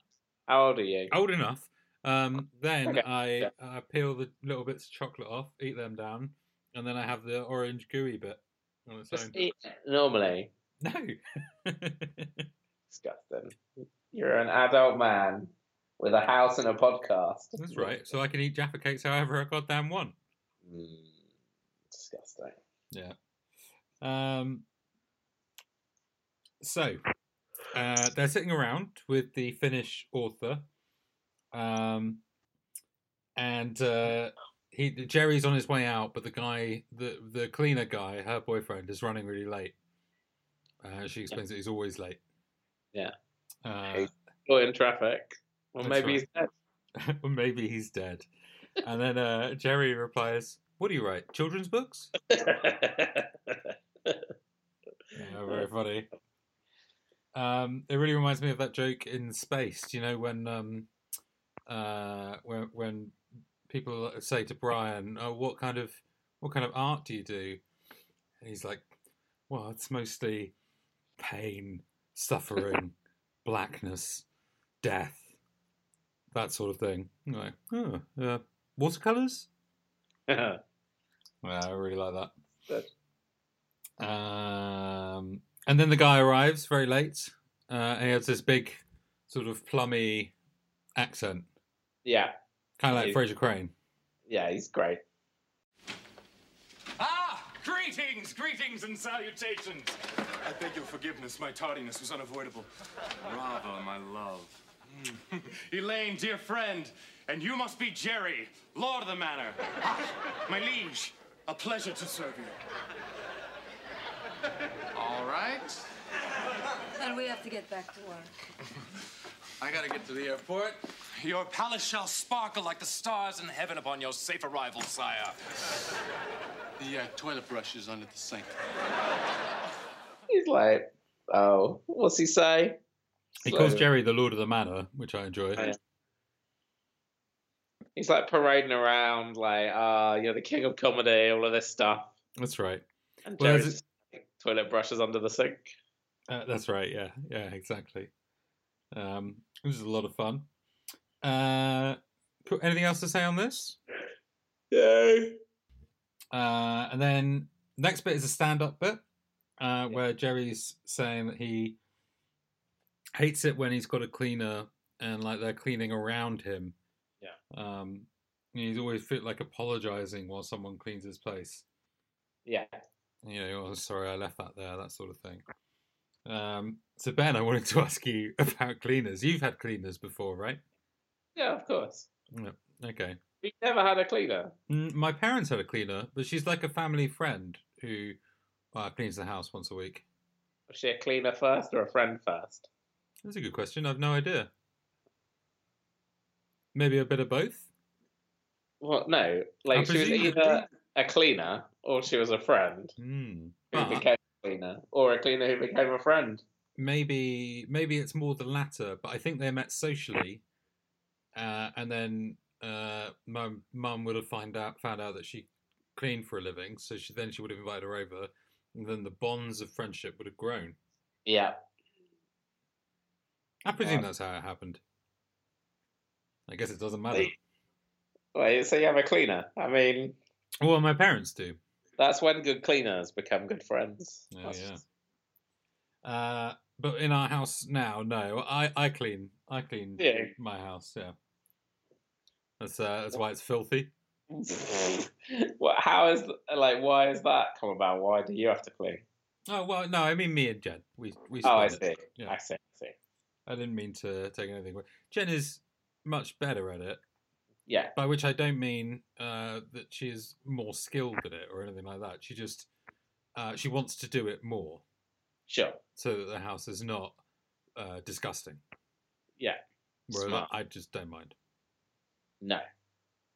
Speaker 2: How old are you?
Speaker 1: Old enough. Um, then
Speaker 2: Okay,
Speaker 1: I
Speaker 2: yeah.
Speaker 1: I peel the little bits of chocolate off, eat them down, and then I have the orange gooey bit on its own.
Speaker 2: Just eat it normally.
Speaker 1: No.
Speaker 2: Disgusting. You're an adult man with a house and a podcast.
Speaker 1: That's right. So I can eat Jaffa cakes however I goddamn want.
Speaker 2: Mm, disgusting.
Speaker 1: Um, so uh, they're sitting around with the Finnish author, um, and uh, he Jerry's on his way out, but the guy, the the cleaner guy, her boyfriend, is running really late. Uh, she explains that he's always late.
Speaker 2: Yeah.
Speaker 1: Uh,
Speaker 2: Caught in traffic. Well,
Speaker 1: That's
Speaker 2: maybe
Speaker 1: right.
Speaker 2: he's dead.
Speaker 1: or maybe he's dead. And then uh, Jerry replies, "What do you write? Children's books? Yeah, very funny. Um, it really reminds me of that joke in space. Do you know when um, uh, when when people say to Brian, oh, "What kind of what kind of art do you do?" And he's like, "Well, it's mostly pain, suffering, blackness, death, that sort of thing." And you're Like, oh, uh, watercolors. Yeah, I really like that. Um, and then the guy arrives very late. Uh, and he has this big, sort of plummy accent,
Speaker 2: yeah.
Speaker 1: kind of like
Speaker 2: Yeah.
Speaker 1: Fraser Crane.
Speaker 2: Yeah, he's great.
Speaker 5: Ah! Greetings, greetings, and salutations.
Speaker 6: I beg your forgiveness. My tardiness was unavoidable. Bravo, my love. Elaine, dear friend, and you must be Jerry, lord of the manor. Ah, my liege, a pleasure to serve you.
Speaker 4: All right.
Speaker 7: And we have to get back to work.
Speaker 4: I gotta get to the airport.
Speaker 6: Your palace shall sparkle like the stars in heaven upon your safe arrival, sire.
Speaker 4: The uh, toilet brush is under the sink.
Speaker 2: He's like, oh, what's he say?
Speaker 1: He
Speaker 2: So-
Speaker 1: calls Jerry the Lord of the Manor, which I enjoy.
Speaker 2: Oh, Yeah. He's like parading around, like, ah, you're the king of comedy, all of this stuff.
Speaker 1: That's right.
Speaker 2: And
Speaker 1: Well,
Speaker 2: Jerry's
Speaker 1: is it-
Speaker 2: just like, toilet brushes under the sink.
Speaker 1: Uh, that's right. Yeah, yeah, exactly. Um, it was a lot of fun. Uh, cool. anything else to say on this?
Speaker 2: Yay.
Speaker 1: Uh, and then next bit is a stand-up bit uh, where Jerry's saying that he hates it when he's got a cleaner and like they're cleaning around him.
Speaker 2: Yeah.
Speaker 1: Um, and he's always feel like apologizing while someone cleans his place.
Speaker 2: Yeah.
Speaker 1: You know, oh sorry, I left that there, that sort of thing. Um, so Ben, I wanted to ask you about cleaners. You've had cleaners before, right?
Speaker 2: Yeah, of course.
Speaker 1: Okay.
Speaker 2: We've never had a cleaner.
Speaker 1: Mm, My parents had a cleaner, but she's like a family friend who uh, cleans the house once a week.
Speaker 2: Was she a cleaner first or a friend first?
Speaker 1: That's a good question. I've no idea. Maybe a bit of both.
Speaker 2: Well, no. Like, she was
Speaker 1: presume a
Speaker 2: either a cleaner or she was a friend
Speaker 1: Hmm.
Speaker 2: who
Speaker 1: But
Speaker 2: became a cleaner or a cleaner who became a friend.
Speaker 1: maybe maybe it's more the latter. But I think they met socially, uh, and then uh, my mum would have find out found out that she cleaned for a living. So she then she would have invited her over, and then the bonds of friendship would have grown.
Speaker 2: Yeah.
Speaker 1: I presume
Speaker 2: Yeah.
Speaker 1: that's how it happened. I guess it doesn't matter.
Speaker 2: Wait, so you have a cleaner. I mean,
Speaker 1: Well, my parents do.
Speaker 2: that's when good cleaners become good friends.
Speaker 1: Oh,
Speaker 2: That's
Speaker 1: yeah.
Speaker 2: just-
Speaker 1: Uh, but in our house now, no. I, I clean. I clean
Speaker 2: yeah.
Speaker 1: my house. Yeah. That's uh, that's why it's filthy.
Speaker 2: well, how is like why has that come about? Why do you have to clean?
Speaker 1: Oh well, no. I mean, me and Jen. We we.
Speaker 2: Oh, I
Speaker 1: split
Speaker 2: see.
Speaker 1: it. Yeah.
Speaker 2: I see. I see.
Speaker 1: I didn't mean to take anything away. Jen is much better at it,
Speaker 2: Yeah,
Speaker 1: by which I don't mean uh, that she is more skilled at it or anything like that. She just uh, she wants to do it more
Speaker 2: sure.
Speaker 1: so that the house is not uh, disgusting.
Speaker 2: Yeah.
Speaker 1: Whereas
Speaker 2: Smart.
Speaker 1: I just don't mind
Speaker 2: No,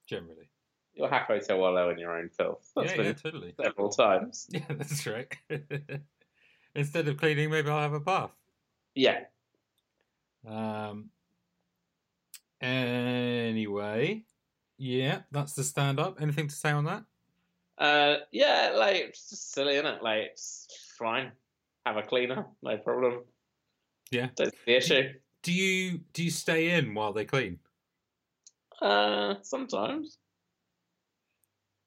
Speaker 1: generally.
Speaker 2: you're halfway to wallow in your own filth. That's
Speaker 1: yeah,
Speaker 2: been
Speaker 1: yeah, totally.
Speaker 2: several times.
Speaker 1: Yeah, that's right. Instead of cleaning, maybe I'll have a bath.
Speaker 2: Yeah,
Speaker 1: Um, anyway, yeah, that's the stand up. Anything to say on that?
Speaker 2: Uh, yeah, like it's just silly, isn't it? Like it's fine. Have a cleaner, no problem.
Speaker 1: Yeah.
Speaker 2: That's the issue.
Speaker 1: Do you do you stay in while they clean?
Speaker 2: Uh, sometimes.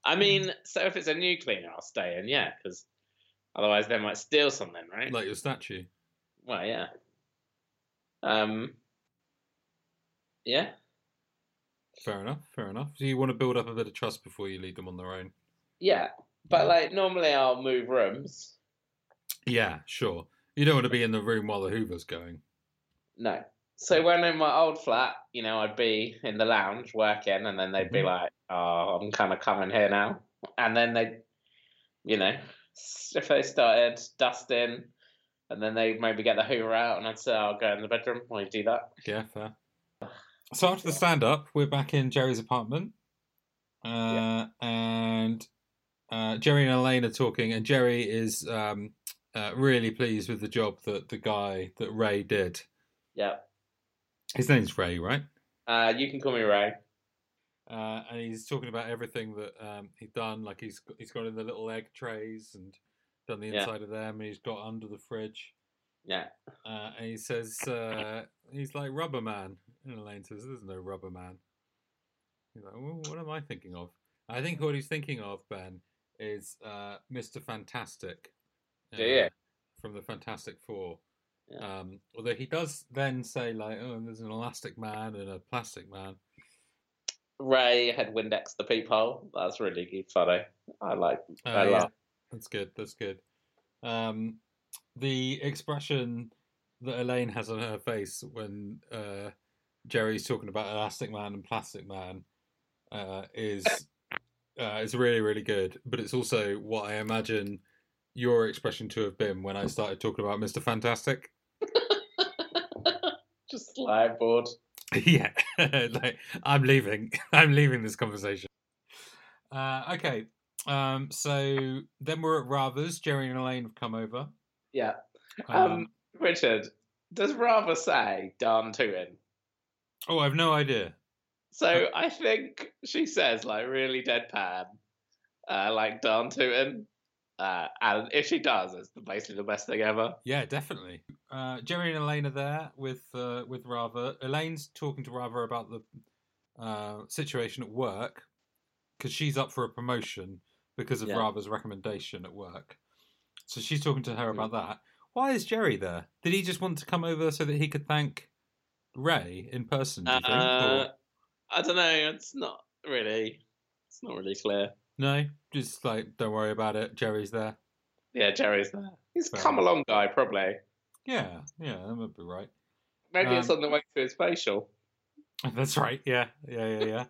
Speaker 2: I mean, so if it's a new cleaner, I'll stay in, yeah, because otherwise they might steal something, right?
Speaker 1: Like your statue?
Speaker 2: well, yeah. Um. Yeah.
Speaker 1: Fair enough. Fair enough. So you want to build up a bit of trust before you leave them on their own?
Speaker 2: Yeah, but like normally I'll move rooms.
Speaker 1: Yeah, sure. You don't want to be in the room while the Hoover's going.
Speaker 2: No. So when in my old flat, you know, I'd be in the lounge working, and then they'd be like, "Oh, I'm kind of coming here now," and then they, you know, s- if they started dusting, and then they maybe get the Hoover out, and I'd say, "I'll go in the bedroom." Why do that?
Speaker 1: Yeah, fair. So after the stand up, we're back in Jerry's apartment. Uh, And uh, Jerry and Elaine are talking, and Jerry is um, uh, really pleased with the job that the guy that Ray did.
Speaker 2: Yeah.
Speaker 1: His name's Ray, right?
Speaker 2: Uh, you can call me Ray.
Speaker 1: Uh, and he's talking about everything that um, he'd done. Like he's he's gone in the little egg trays and done the
Speaker 2: Yeah.
Speaker 1: inside of them, and he's got under the fridge.
Speaker 2: Yeah.
Speaker 1: Uh, and he says, uh, he's like Rubber Man. And Elaine says, there's no Rubber Man. He's like, well, what am I thinking of? I think what he's thinking of, Ben, is uh, Mr. Fantastic. uh,
Speaker 2: Yeah, yeah.
Speaker 1: From the Fantastic Four.
Speaker 2: Yeah.
Speaker 1: Um, although he does then say, like, oh, there's an Elastic Man and a Plastic Man.
Speaker 2: Ray had Windex the peephole. That's really funny. I like.
Speaker 1: Uh,
Speaker 2: I
Speaker 1: yeah,
Speaker 2: laugh.
Speaker 1: that's good. That's good. Um, the expression that Elaine has on her face when uh, Jerry's talking about Elastic Man and Plastic Man uh, is uh, is really really good. But it's also what I imagine your expression to have been when I started talking about Mister Fantastic.
Speaker 2: Just like bored.
Speaker 1: yeah, like I'm leaving. I'm leaving this conversation. Uh, okay. Um, so then we're at Rava's. Jerry and Elaine have come over.
Speaker 2: Yeah.
Speaker 1: Um,
Speaker 2: Um, Richard, does Rava say darn tootin'?
Speaker 1: oh, I've no idea. Uh,
Speaker 2: So I think she says like really deadpan, uh, like darn tootin'. Uh, and if she does, it's basically the best thing ever.
Speaker 1: Yeah, definitely. Uh, Jerry and Elaine are there with uh, with Rava. Elaine's talking to Rava about the uh, situation at work because she's up for a promotion because of
Speaker 2: Yeah.
Speaker 1: Rava's recommendation at work. So she's talking to her
Speaker 2: Hmm.
Speaker 1: about that. Why is Jerry there? Did he just want to come over so that he could thank Ray in person? Do you think?
Speaker 2: Uh,
Speaker 1: or-
Speaker 2: I don't know. It's not really. It's not really clear.
Speaker 1: no, just like don't worry about it. Jerry's there.
Speaker 2: Yeah, Jerry's there. He's
Speaker 1: Fair
Speaker 2: come along guy, probably.
Speaker 1: Yeah, yeah, that might be right.
Speaker 2: Maybe it's
Speaker 1: Um,
Speaker 2: on the way to his facial.
Speaker 1: That's right. Yeah, yeah, yeah, yeah.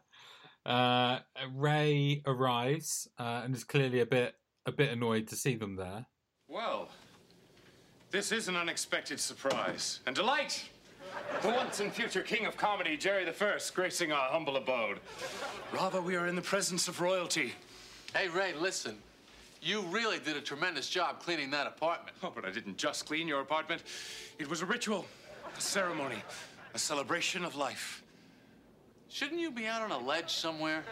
Speaker 1: uh, Ray arrives uh, and is clearly a bit a bit annoyed to see them there.
Speaker 6: Well, this is an unexpected surprise and delight. The once and future king of comedy, Jerry the First, gracing our humble abode. Rather, we are in the presence of royalty.
Speaker 4: Hey, Ray, listen. You really did a tremendous job cleaning that apartment.
Speaker 6: Oh, but I didn't just clean your apartment. It was a ritual, a ceremony, a celebration of life.
Speaker 4: Shouldn't you be out on a ledge somewhere?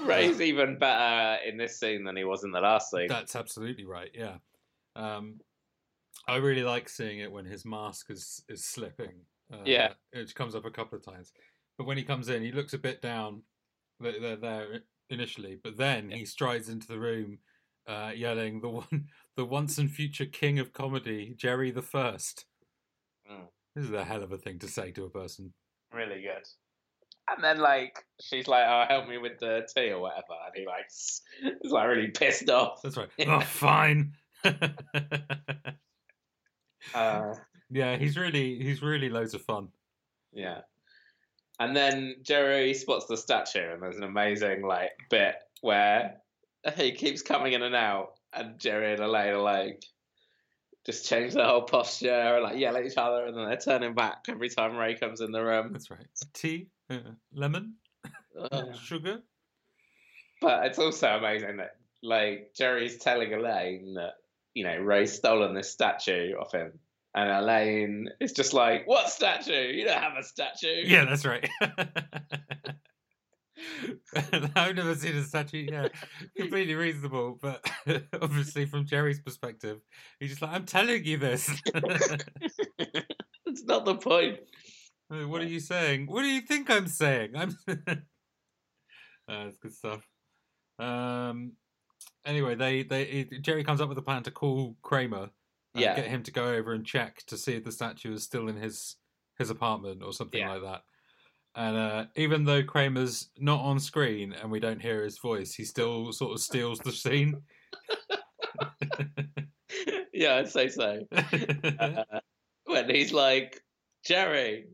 Speaker 2: Ray's even better in this scene than he was in the last scene.
Speaker 1: That's absolutely right. Yeah, um, I really like seeing it when his mask is is slipping. Uh,
Speaker 2: Yeah.
Speaker 1: which comes up a couple of times. But when he comes in, he looks a bit down. They're, they're there initially, but then he strides into the room, uh, yelling, "The one, the once and future king of comedy, Jerry the First.
Speaker 2: Mm.
Speaker 1: This is a hell of a thing to say to a person.
Speaker 2: really good. And then like she's like, "Oh, help me with the tea or whatever," and he like s- is like really pissed off.
Speaker 1: That's right.
Speaker 2: Yeah.
Speaker 1: Oh, fine.
Speaker 2: Uh,
Speaker 1: yeah, he's really he's really loads of fun.
Speaker 2: yeah. And then Jerry spots the statue, and there's an amazing like bit where he keeps coming in and out, and Jerry and Elaine are like just change their whole posture, and, like yell at each other, and then they're turning back every time Ray comes in the room.
Speaker 1: That's right. Tea, uh, lemon,
Speaker 2: Ugh.
Speaker 1: sugar.
Speaker 2: But it's also amazing that like Jerry's telling Elaine that you know Ray's stolen this statue off him, And Elaine is just like, What statue? You don't have a statue.
Speaker 1: Yeah, that's right. I've never seen a statue. Yeah, completely reasonable, but obviously from Jerry's perspective, he's just like, "I'm telling you this.
Speaker 2: That's not the point.
Speaker 1: what are you saying? What do you think I'm saying?" I'm. uh, it's good stuff. Um. Anyway, they they it- Jerry comes up with a plan to call Kramer. And
Speaker 2: Yeah.
Speaker 1: Get him to go over and check to see if the statue is still in his his apartment or something
Speaker 2: Yeah.
Speaker 1: like that. And uh, even though Kramer's not on screen and we don't hear his voice, he still sort of steals the scene.
Speaker 2: yeah, I'd say so. Uh, when he's like, Jerry,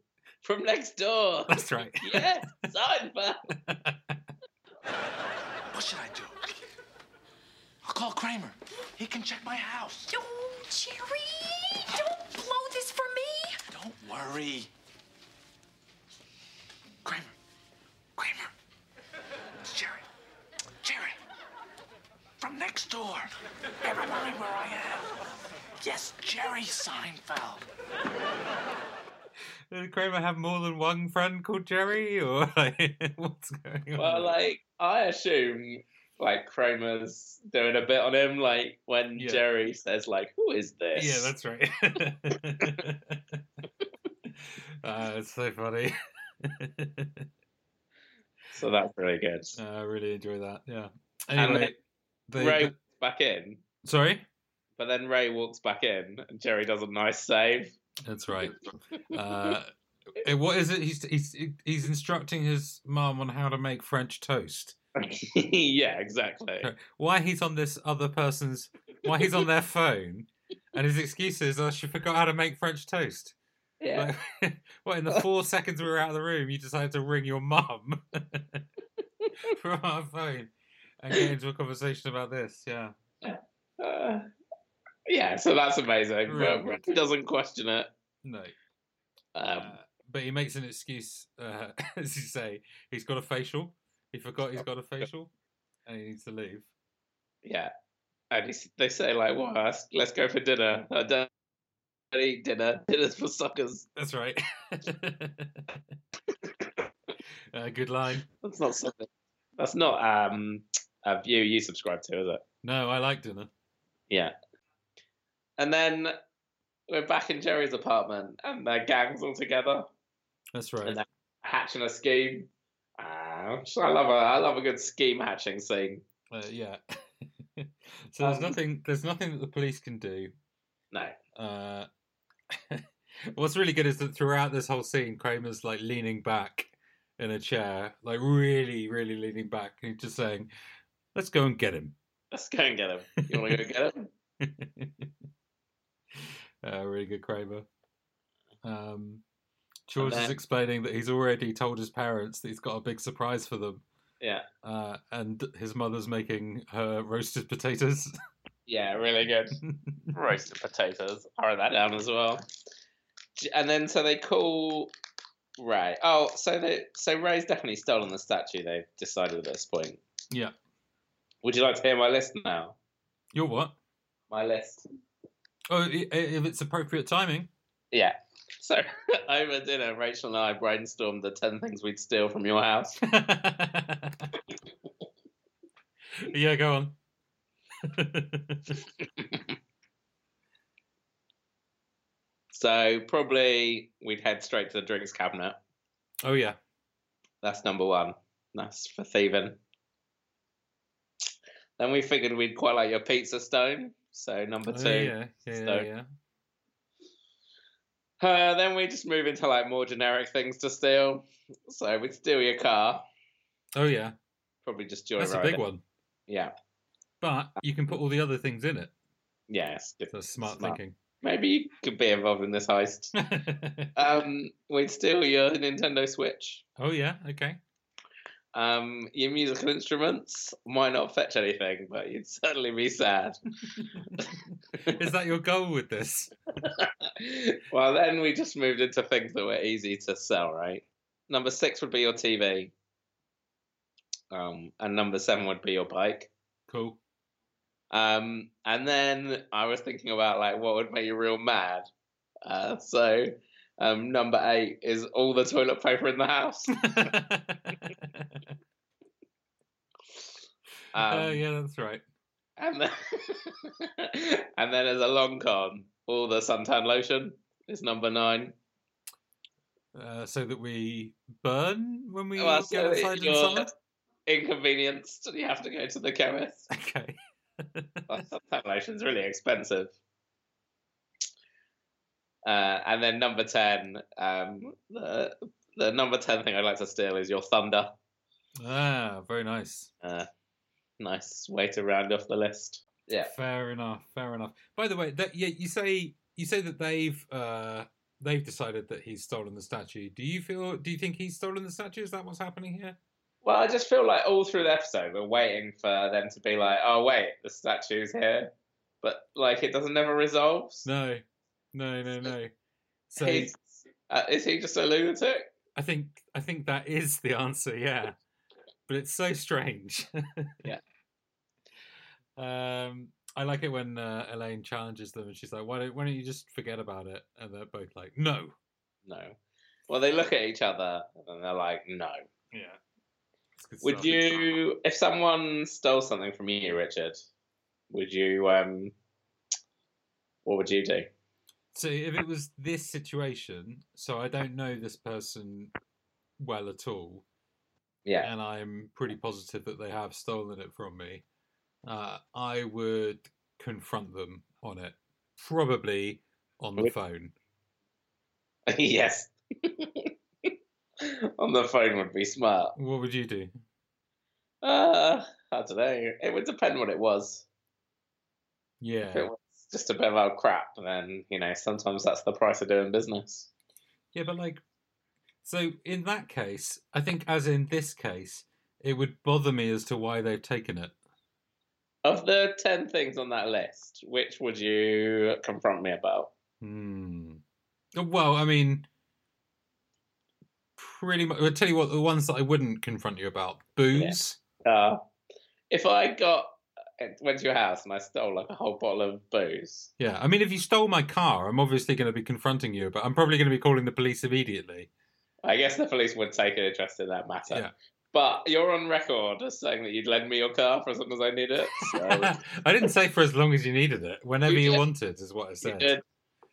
Speaker 2: from next door.
Speaker 1: That's right.
Speaker 2: yes, Seinfeld.
Speaker 5: What should I do? I'll call Kramer. He can check my house.
Speaker 8: Oh, Jerry, don't blow this for me.
Speaker 5: Don't worry. Kramer. Kramer. It's Jerry. Jerry. From next door. Never mind where I am. Yes, Jerry Seinfeld.
Speaker 1: Did Kramer have more than one friend called Jerry, or like, what's going on?
Speaker 2: Well, like, I assume, like, Kramer's doing a bit on him, like, when
Speaker 1: Yeah.
Speaker 2: Jerry says, like, who is this?
Speaker 1: yeah, that's right. uh, it's so funny.
Speaker 2: So that's really good.
Speaker 1: Uh, I really enjoy that. Yeah.
Speaker 2: And
Speaker 1: Anyway, they,
Speaker 2: Ray walks back in,
Speaker 1: sorry.
Speaker 2: but then Ray walks back in, and Jerry does a nice save.
Speaker 1: That's right. Uh, eh, what is it? He's he's he's instructing his mom on how to make French toast.
Speaker 2: yeah, exactly.
Speaker 1: Why he's on this other person's? Why he's on their phone? And his excuse is, "Oh, she forgot how to make French toast."
Speaker 2: Yeah.
Speaker 1: Like, what in the four seconds we were out of the room, you decided to ring your mum from our phone and get into a conversation about this? Yeah,
Speaker 2: Uh, yeah, so that's amazing.
Speaker 1: Real
Speaker 2: Well, Ray
Speaker 1: good.
Speaker 2: doesn't question it.
Speaker 1: no.
Speaker 2: Um,
Speaker 1: Uh, but he makes an excuse, uh, as you say, he's got a facial. He forgot he's got a facial, and he needs to leave.
Speaker 2: yeah. And he's, they say, like, well, let's, let's go for dinner. I don't eat dinner. Dinner's for suckers.
Speaker 1: That's right. uh, good line.
Speaker 2: That's not something. That's not um, a view you subscribe to, is it?
Speaker 1: No, I like dinner.
Speaker 2: Yeah. And then we're back in Jerry's apartment, and their gang's all together,
Speaker 1: That's right.
Speaker 2: that- hatching a scheme. Ah, I love a I love a good scheme hatching scene.
Speaker 1: Uh, yeah. so there's
Speaker 2: Um,
Speaker 1: nothing. There's nothing that the police can do.
Speaker 2: No,
Speaker 1: Uh, what's really good is that throughout this whole scene, Kramer's like leaning back in a chair, like really, really leaning back, and he's just saying, "Let's go and get him."
Speaker 2: let's go and get him. You want to go get him?
Speaker 1: uh, really good Kramer. Um, George is
Speaker 2: then-
Speaker 1: explaining that he's already told his parents that he's got a big surprise for them.
Speaker 2: Yeah.
Speaker 1: Uh, and his mother's making her roasted potatoes.
Speaker 2: Yeah, really good. Roasted potatoes. I wrote that down as well. J- And then so they call Ray. Oh, so they so Ray's definitely stolen the statue. They decided at this point.
Speaker 1: Yeah.
Speaker 2: Would you like to hear my list now?
Speaker 1: You're what?
Speaker 2: My list.
Speaker 1: Oh, i- i- if it's appropriate timing.
Speaker 2: Yeah. So over dinner, Rachel and I brainstormed the ten things we'd steal from your house.
Speaker 1: yeah, go on.
Speaker 2: So probably we'd head straight to the drinks cabinet.
Speaker 1: oh yeah,
Speaker 2: That's number one. That's for thieving. Then we figured we'd quite like your pizza stone. So number
Speaker 1: Oh,
Speaker 2: two.
Speaker 1: yeah, yeah, yeah,
Speaker 2: So-
Speaker 1: yeah.
Speaker 2: Uh, then we just move into like more generic things to steal. So we'd steal your car.
Speaker 1: Oh yeah,
Speaker 2: Probably just joyride.
Speaker 1: that's a big
Speaker 2: it.
Speaker 1: one.
Speaker 2: Yeah.
Speaker 1: But you can put all the other things in it.
Speaker 2: Yes.
Speaker 1: That's smart,
Speaker 2: Smart.
Speaker 1: thinking.
Speaker 2: Maybe you could be involved in this heist. um, we'd steal your Nintendo Switch.
Speaker 1: oh yeah, okay.
Speaker 2: Um, your musical instruments might not fetch anything, but you'd certainly be sad.
Speaker 1: Is that your goal with this?
Speaker 2: well, then we just moved into things that were easy to sell, right? Number six would be your TV. Um, and number seven would be your bike.
Speaker 1: Cool.
Speaker 2: Um, and then I was thinking about like what would make you real mad, Uh, so um, number eight is all the toilet paper in the house. Um,
Speaker 1: Oh,
Speaker 2: Um,
Speaker 1: yeah, that's right.
Speaker 2: And then, and then as a long con, all the suntan lotion is number nine.
Speaker 1: Uh, so that we burn when we
Speaker 2: Well,
Speaker 1: get
Speaker 2: so
Speaker 1: outside
Speaker 2: you're
Speaker 1: and solid.
Speaker 2: inconvenienced. You have to go to the chemist.
Speaker 1: Okay.
Speaker 2: Well, suntan lotion's really expensive. Uh, and then number ten, um, the the number ten thing I'd like to steal is your thunder.
Speaker 1: Ah, very nice.
Speaker 2: Uh, nice way to round off the list. Yeah.
Speaker 1: Fair enough. Fair enough. By the way, that yeah, you say you say that they've uh they've decided that he's stolen the statue. Do you feel? Do you think he's stolen the statue? Is that what's happening here?
Speaker 2: Well, I just feel like all through the episode we're waiting for them to be like, "Oh wait, the statue's here," but like it doesn't never resolves.
Speaker 1: No, no, no, no. So
Speaker 2: He's- uh, is he just a lunatic?
Speaker 1: I think I think that is the answer. Yeah, but it's so strange.
Speaker 2: Yeah.
Speaker 1: Um, I like it when uh, Elaine challenges them, and she's like, "Why don't Why don't you just forget about it?" And they're both like, "No."
Speaker 2: No. Well, they look at each other and they're like, "No."
Speaker 1: Yeah. It's good
Speaker 2: Would
Speaker 1: stuff.
Speaker 2: you, if someone stole something from you, Richard? Would you? um What would you do?
Speaker 1: So if it was this situation, so I don't know this person well at all,
Speaker 2: Yeah.
Speaker 1: and I'm pretty positive that they have stolen it from me. Uh, I would confront them on it, probably on the
Speaker 2: Would-
Speaker 1: phone.
Speaker 2: yes. On the phone would be smart.
Speaker 1: What would you do?
Speaker 2: Uh, I don't know. It would depend what it was. If it
Speaker 1: Yeah,
Speaker 2: was just a bit of old crap, then you know sometimes that's the price of doing business.
Speaker 1: yeah, but like, so in that case, I think as in this case, it would bother me as to why they've taken it.
Speaker 2: Of the ten things on that list, which would you confront me about?
Speaker 1: Hmm. Well, I mean, pretty much. I'll tell you what, the ones that I wouldn't confront you about booze.
Speaker 2: Uh, if I got went to your house and I stole like a whole bottle of booze,
Speaker 1: Yeah. I mean, if you stole my car, I'm obviously going to be confronting you, but I'm probably going to be calling the police immediately.
Speaker 2: I guess the police would take an interest in that matter.
Speaker 1: Yeah.
Speaker 2: But you're on record as saying that you'd lend me your car for as long as I need it. So
Speaker 1: I didn't say for as long as you needed it, whenever
Speaker 2: You
Speaker 1: you,
Speaker 2: did.
Speaker 1: wanted, is what I
Speaker 2: you
Speaker 1: said.
Speaker 2: did.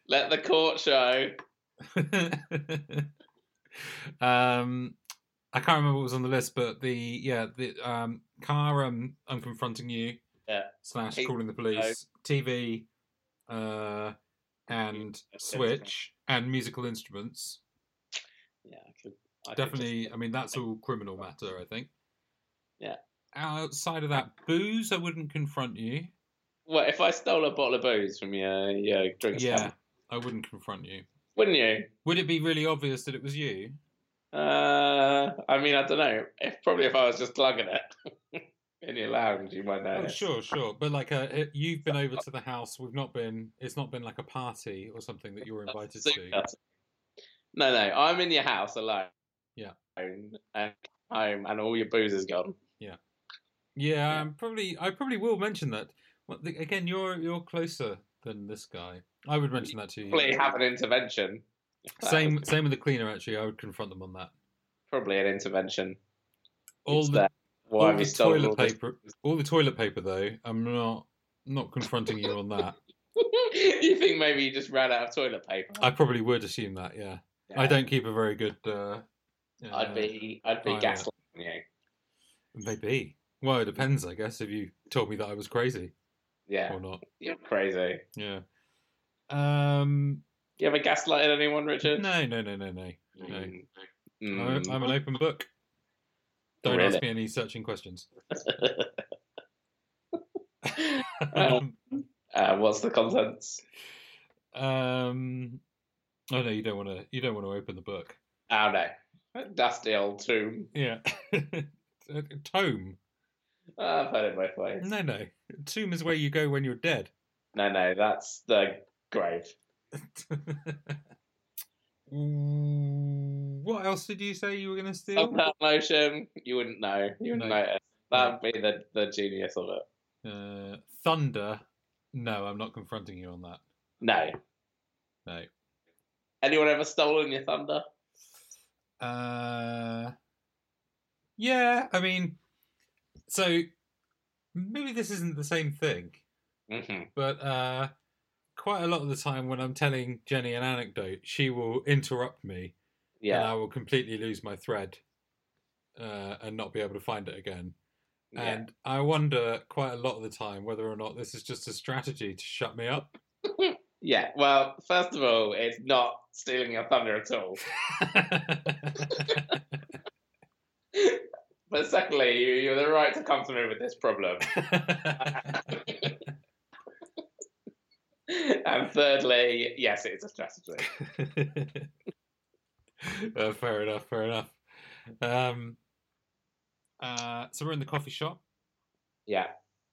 Speaker 2: Let the court show.
Speaker 1: um, I can't remember what was on the list, but the yeah the um car um I'm confronting you
Speaker 2: Yeah.
Speaker 1: slash
Speaker 2: Hey,
Speaker 1: calling the police TV uh and Switch and musical instruments
Speaker 2: Yeah, I could, I could
Speaker 1: definitely I mean that's all criminal matter I think
Speaker 2: Yeah.
Speaker 1: outside of that booze I wouldn't confront you
Speaker 2: Well, if I stole a bottle of booze from your your drinks
Speaker 1: yeah
Speaker 2: cabinet,
Speaker 1: I wouldn't confront you
Speaker 2: wouldn't you?
Speaker 1: would it be really obvious that it was you
Speaker 2: Uh, I mean, I don't know. If probably if I was just plugging it in your lounge, you might know.
Speaker 1: Oh, sure, sure. But like, uh, it- you've been over to the house. We've not been. It's not been like a party or something that you were invited to.
Speaker 2: No, no, I'm in your house alone.
Speaker 1: Yeah.
Speaker 2: and home, and all your booze is gone.
Speaker 1: Yeah, I'm probably. I probably will mention that. Well, the, again, you're you're closer than this guy. I would mention that to
Speaker 2: Probably
Speaker 1: you.
Speaker 2: have an intervention. If that
Speaker 1: Same,
Speaker 2: was
Speaker 1: same with the cleaner. Actually, I would confront them on that.
Speaker 2: probably an intervention.
Speaker 1: All
Speaker 2: It's
Speaker 1: the
Speaker 2: there. Why
Speaker 1: all
Speaker 2: have
Speaker 1: the
Speaker 2: you stolen all
Speaker 1: toilet
Speaker 2: this
Speaker 1: paper. All the toilet paper, though. I'm not not confronting you on that.
Speaker 2: you think maybe you just ran out of toilet paper?
Speaker 1: I probably would assume that. Yeah, I
Speaker 2: Yeah.
Speaker 1: don't keep a very good. Uh,
Speaker 2: I'd be, I'd be
Speaker 1: Oh, yeah.
Speaker 2: gaslighting you.
Speaker 1: Maybe. uh, Well, it depends, I guess. If you told me that I was crazy
Speaker 2: Yeah,
Speaker 1: or not.
Speaker 2: you're crazy.
Speaker 1: Yeah. Um.
Speaker 2: You ever gaslighted anyone, Richard?
Speaker 1: No, no, no, no, no. no.
Speaker 2: Mm.
Speaker 1: I'm,
Speaker 2: Mm.
Speaker 1: I'm an open book. Don't ask
Speaker 2: Really?
Speaker 1: me any searching questions.
Speaker 2: Uh,
Speaker 1: um,
Speaker 2: uh, what's the contents?
Speaker 1: um, oh no, you don't want to. You don't want to open the book.
Speaker 2: Oh no, dusty old tomb.
Speaker 1: Yeah. A Tome.
Speaker 2: Oh, I've heard it both ways.
Speaker 1: No, no. Tomb is where you go when you're dead.
Speaker 2: No, no, that's the grave.
Speaker 1: Ooh, what else did you say you were going to steal?
Speaker 2: Suntan lotion, you wouldn't know. You wouldn't
Speaker 1: No.
Speaker 2: notice. That'd be the, the genius of it.
Speaker 1: Uh, thunder. No, I'm not confronting you on that.
Speaker 2: No,
Speaker 1: No.
Speaker 2: Anyone ever stolen your thunder?
Speaker 1: Uh, yeah, I mean, so maybe this isn't the same thing,
Speaker 2: hmm
Speaker 1: but uh, quite a lot of the time when I'm telling Jenny an anecdote, she will interrupt me and
Speaker 2: Yeah.
Speaker 1: I will completely lose my thread uh, and not be able to find it again.
Speaker 2: yeah.
Speaker 1: And I wonder quite a lot of the time whether or not this is just a strategy to shut me up.
Speaker 2: Yeah. Well, first of all, it's not stealing your thunder at all. But secondly, you, you're the right to come to me with this problem. and thirdly, yes, it's a strategy.
Speaker 1: Uh, fair enough, fair enough. Um, uh, so we're in the coffee shop.
Speaker 2: Yeah.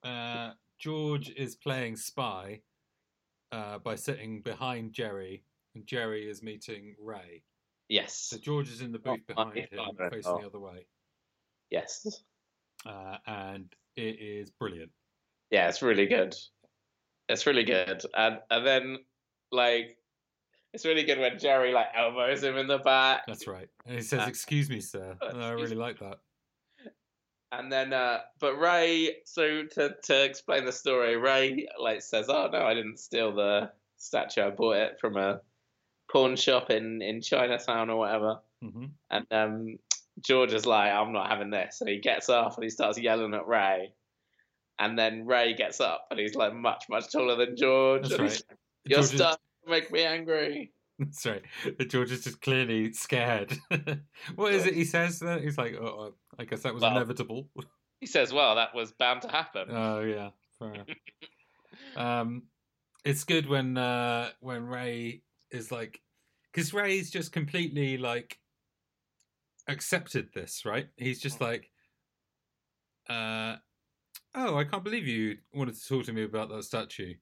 Speaker 1: Uh, George is playing spy uh, by sitting behind Jerry, and Jerry is meeting Ray.
Speaker 2: Yes.
Speaker 1: So George is in the booth
Speaker 2: Oh, my
Speaker 1: behind him,
Speaker 2: God,
Speaker 1: facing the
Speaker 2: oh.
Speaker 1: other way,
Speaker 2: Yes.
Speaker 1: uh, and it is brilliant.
Speaker 2: Yeah, it's really good. It's really good. And and then like it's really good when Jerry like elbows him in the back.
Speaker 1: That's right. And he says,
Speaker 2: Uh,
Speaker 1: "Excuse me, sir." And I
Speaker 2: excuse
Speaker 1: really like that.
Speaker 2: And then uh but Ray so to to explain the story, Ray like says, Oh no, I didn't steal the statue, I bought it from a pawn shop in, in Chinatown or whatever.
Speaker 1: hmm
Speaker 2: And um, George is like, I'm not having this. And he gets off and he starts yelling at Ray. And then Ray gets up and he's like much, much taller than George.
Speaker 1: That's
Speaker 2: and
Speaker 1: right.
Speaker 2: he's like, You're
Speaker 1: George is-
Speaker 2: starting to make me angry.
Speaker 1: That's right. But George is just clearly scared. what is it he says? Then he's like, "Oh, oh, I guess that was
Speaker 2: Well-
Speaker 1: inevitable."
Speaker 2: He says, Well, that was bound to happen.
Speaker 1: Oh yeah, fair enough. um, it's good when uh, when Ray is like, because Ray's just completely like accepted this, right? He's just like, uh, oh, I can't believe you wanted to talk to me about that statue.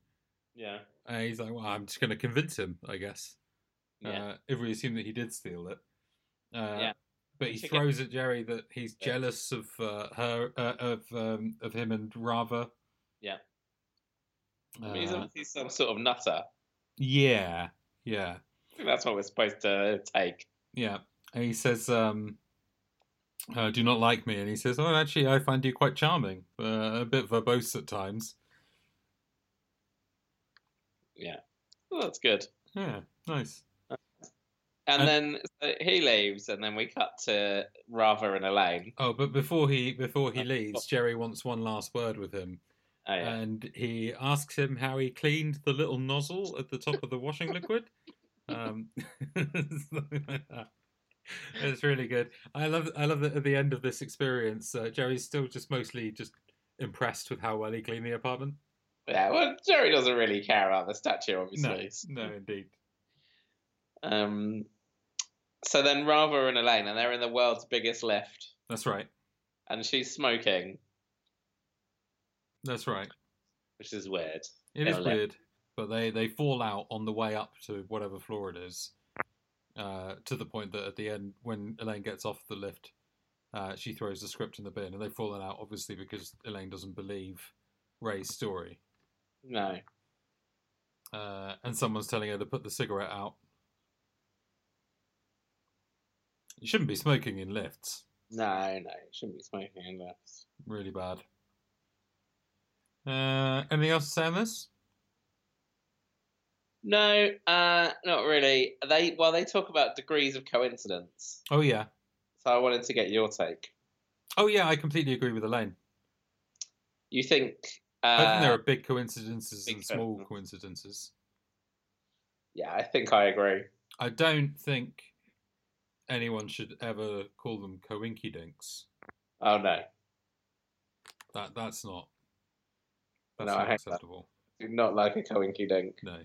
Speaker 2: yeah.
Speaker 1: And he's like, well, I'm just going to convince him, I guess.
Speaker 2: Yeah.
Speaker 1: Uh, if we assume that he did steal it. Uh,
Speaker 2: Yeah.
Speaker 1: But he
Speaker 2: Which again-
Speaker 1: throws at Jerry that he's
Speaker 2: Yeah.
Speaker 1: jealous of uh, her, uh, of um, of him and Rava.
Speaker 2: Yeah.
Speaker 1: Uh,
Speaker 2: he's obviously some sort of nutter.
Speaker 1: yeah, yeah,
Speaker 2: I think that's what we're supposed to take.
Speaker 1: yeah. And he says, um, uh, "Do you not like me," and he says, "Oh, actually, I find you quite charming, uh, a bit verbose at times."
Speaker 2: Oh, that's good.
Speaker 1: Yeah, nice.
Speaker 2: And,
Speaker 1: And-
Speaker 2: then so he leaves, and then we cut to Rava and Elaine.
Speaker 1: Oh, but before he before he
Speaker 2: Uh,
Speaker 1: leaves, Jerry wants one last word with him.
Speaker 2: Oh, yeah.
Speaker 1: and he asks him how he cleaned the little nozzle at the top of the washing liquid. Um, something like that. It's really good. I love. I love that at the end of this experience, uh, Jerry's still just mostly just impressed with how well he cleaned the apartment.
Speaker 2: yeah, well, Jerry doesn't really care about the statue,
Speaker 1: No,
Speaker 2: obviously.
Speaker 1: no, indeed.
Speaker 2: Um, so then Rava and Elaine, and they're in the world's biggest lift,
Speaker 1: That's right.
Speaker 2: and she's smoking,
Speaker 1: That's right.
Speaker 2: which is weird.
Speaker 1: It is
Speaker 2: They'll let-
Speaker 1: weird, but they they fall out on the way up to whatever floor it is. Uh, to the point that at the end, when Elaine gets off the lift, uh, she throws the script in the bin, and they've fallen out obviously because Elaine doesn't believe Ray's story,
Speaker 2: No.
Speaker 1: uh, and someone's telling her to put the cigarette out. You shouldn't be smoking in lifts.
Speaker 2: No, no, shouldn't be smoking in there.
Speaker 1: Really bad. Uh, anything else to say on this?
Speaker 2: No, uh, not really. They well, they talk about degrees of coincidence.
Speaker 1: Oh yeah,
Speaker 2: So I wanted to get your take.
Speaker 1: oh yeah. I completely agree with Elaine.
Speaker 2: You think?
Speaker 1: I think there
Speaker 2: Uh,
Speaker 1: are big coincidences
Speaker 2: big
Speaker 1: and small
Speaker 2: coincidence.
Speaker 1: coincidences.
Speaker 2: yeah, I think I agree.
Speaker 1: I don't think anyone should ever call them coinkydinks.
Speaker 2: Oh no,
Speaker 1: That that's not that's
Speaker 2: No,
Speaker 1: not
Speaker 2: I hate that.
Speaker 1: acceptable.
Speaker 2: do not like a coincidence.
Speaker 1: No.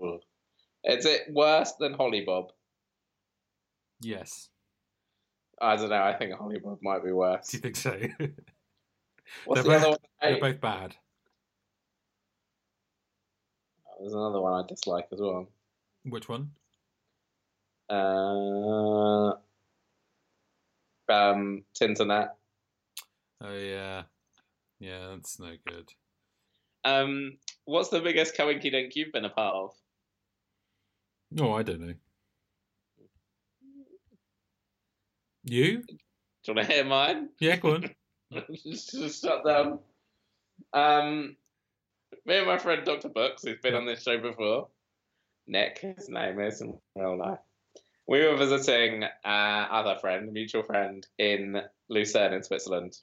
Speaker 2: Ugh. Is it worse than Holly Bob?
Speaker 1: Yes.
Speaker 2: I don't know. I think Holly Bob might be worse.
Speaker 1: Do you think so?
Speaker 2: What's the
Speaker 1: They're
Speaker 2: other one?
Speaker 1: They're
Speaker 2: I-
Speaker 1: both bad.
Speaker 2: There's another one I dislike as well.
Speaker 1: Which one?
Speaker 2: Uh, um, Tinternet.
Speaker 1: Oh yeah. Yeah, that's no good.
Speaker 2: Um, what's the biggest coinky dink you've been a part of?
Speaker 1: No, Oh, I don't know. You?
Speaker 2: Do you want to hear mine?
Speaker 1: Yeah, go on.
Speaker 2: Just shut down. Um, me and my friend Dr. Books, who's been on this show before, Nick, his name is in real life. We were visiting uh, other friend, mutual friend, in Lucerne in Switzerland,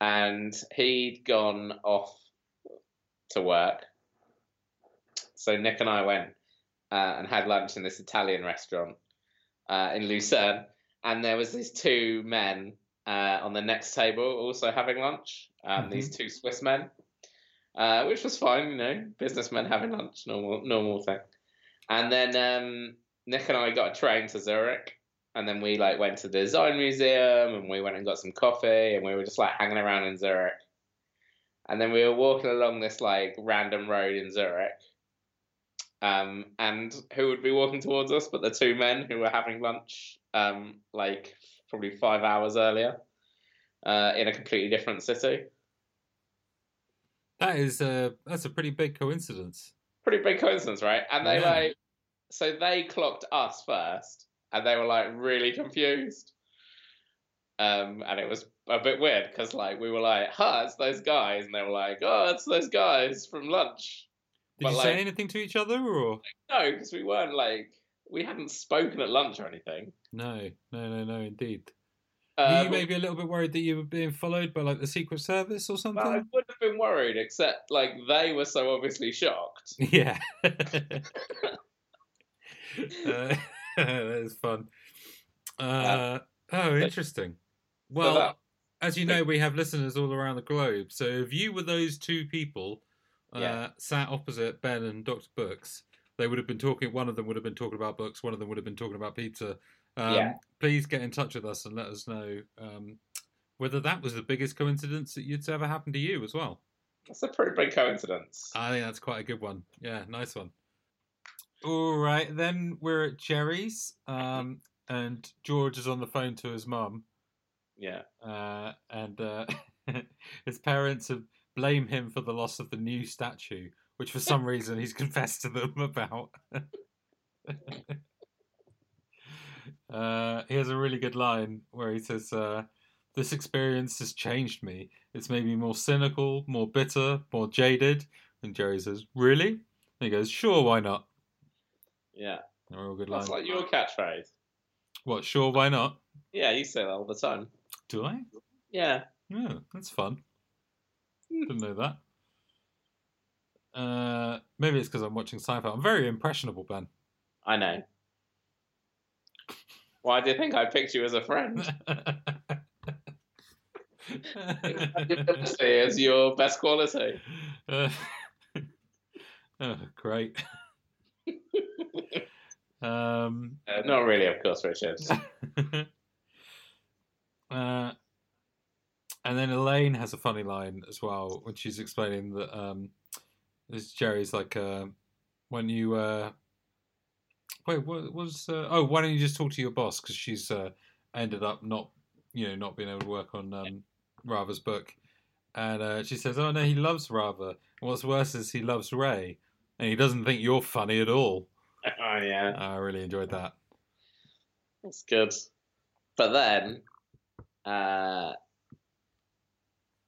Speaker 2: and he'd gone off to work. So Nick and I went uh, and had lunch in this Italian restaurant uh, in Lucerne, and there was these two men uh, on the next table also having lunch. Um, These two Swiss men, uh, which was fine, you know, businessmen having lunch, normal normal thing. And then um, Nick and I got a train to Zurich, and then we like went to the design museum, and we went and got some coffee, and we were just like hanging around in Zurich. And then we were walking along this like random road in Zurich. Um, and who would be walking towards us but the two men who were having lunch um, like probably five hours earlier uh, in a completely different city.
Speaker 1: That is a that's a pretty big coincidence.
Speaker 2: Pretty big coincidence, right? And they
Speaker 1: Yeah.
Speaker 2: like, so they clocked us first, and they were like really confused. Um, and it was a bit weird because like we were like, "Huh, it's those guys," and they were like, "Oh, it's those guys from lunch."
Speaker 1: Did
Speaker 2: But,
Speaker 1: you
Speaker 2: like-
Speaker 1: say anything to each other or
Speaker 2: No, because we weren't like we hadn't spoken at lunch or anything.
Speaker 1: no? No, no, no, indeed. Were
Speaker 2: Uh,
Speaker 1: you
Speaker 2: but-
Speaker 1: maybe a little bit worried that you were being followed by like the Secret Service or
Speaker 2: but I
Speaker 1: something?
Speaker 2: would have been worried, except like they were so obviously shocked.
Speaker 1: Yeah. uh, that is fun. Uh, oh, interesting. Well,
Speaker 2: that-
Speaker 1: as you know, we have listeners all around the globe. So if you were those two people uh,
Speaker 2: Yeah.
Speaker 1: sat opposite Ben and Dr. Books, they would have been talking, one of them would have been talking about books, one of them would have been talking about pizza. Um,
Speaker 2: Yeah.
Speaker 1: Please get in touch with us and let us know um, whether that was the biggest coincidence that you'd ever happened to you as well.
Speaker 2: That's a pretty big coincidence.
Speaker 1: I think that's quite a good one. Yeah, nice one. All right, then we're at Jerry's, um, and George is on the phone to his mum,
Speaker 2: yeah.
Speaker 1: uh, and uh, his parents have blame him for the loss of the new statue, which for some reason he's confessed to them about. uh, he has a really good line where he says, uh, "This experience has changed me. It's made me more cynical, more bitter, more jaded." And Jerry says, "Really?" And he goes, "Sure, why not?"
Speaker 2: Yeah.
Speaker 1: A real good line.
Speaker 2: That's like your catchphrase.
Speaker 1: What? Sure, why not?
Speaker 2: Yeah, you say that all the time.
Speaker 1: Do I?
Speaker 2: Yeah.
Speaker 1: Oh, that's fun. Didn't know that. Uh, maybe it's because I'm watching sci-fi. I'm very impressionable, Ben.
Speaker 2: I know. Why do you think I picked you as a friend? Diplomacy is your best quality.
Speaker 1: Uh, oh, great. um,
Speaker 2: Uh, not really, of course, Richard. Oh,
Speaker 1: uh, and then Elaine has a funny line as well when she's explaining that um, this Jerry's like, uh, when you uh, wait, what was? Uh, oh, why don't you just talk to your boss because she's uh, ended up not, you know, not being able to work on um, Rava's book, and uh, she says, "Oh no, he loves Rava. What's worse is he loves Ray, and he doesn't think you're funny at all."
Speaker 2: oh, yeah.
Speaker 1: I really enjoyed that.
Speaker 2: That's good. But then, uh,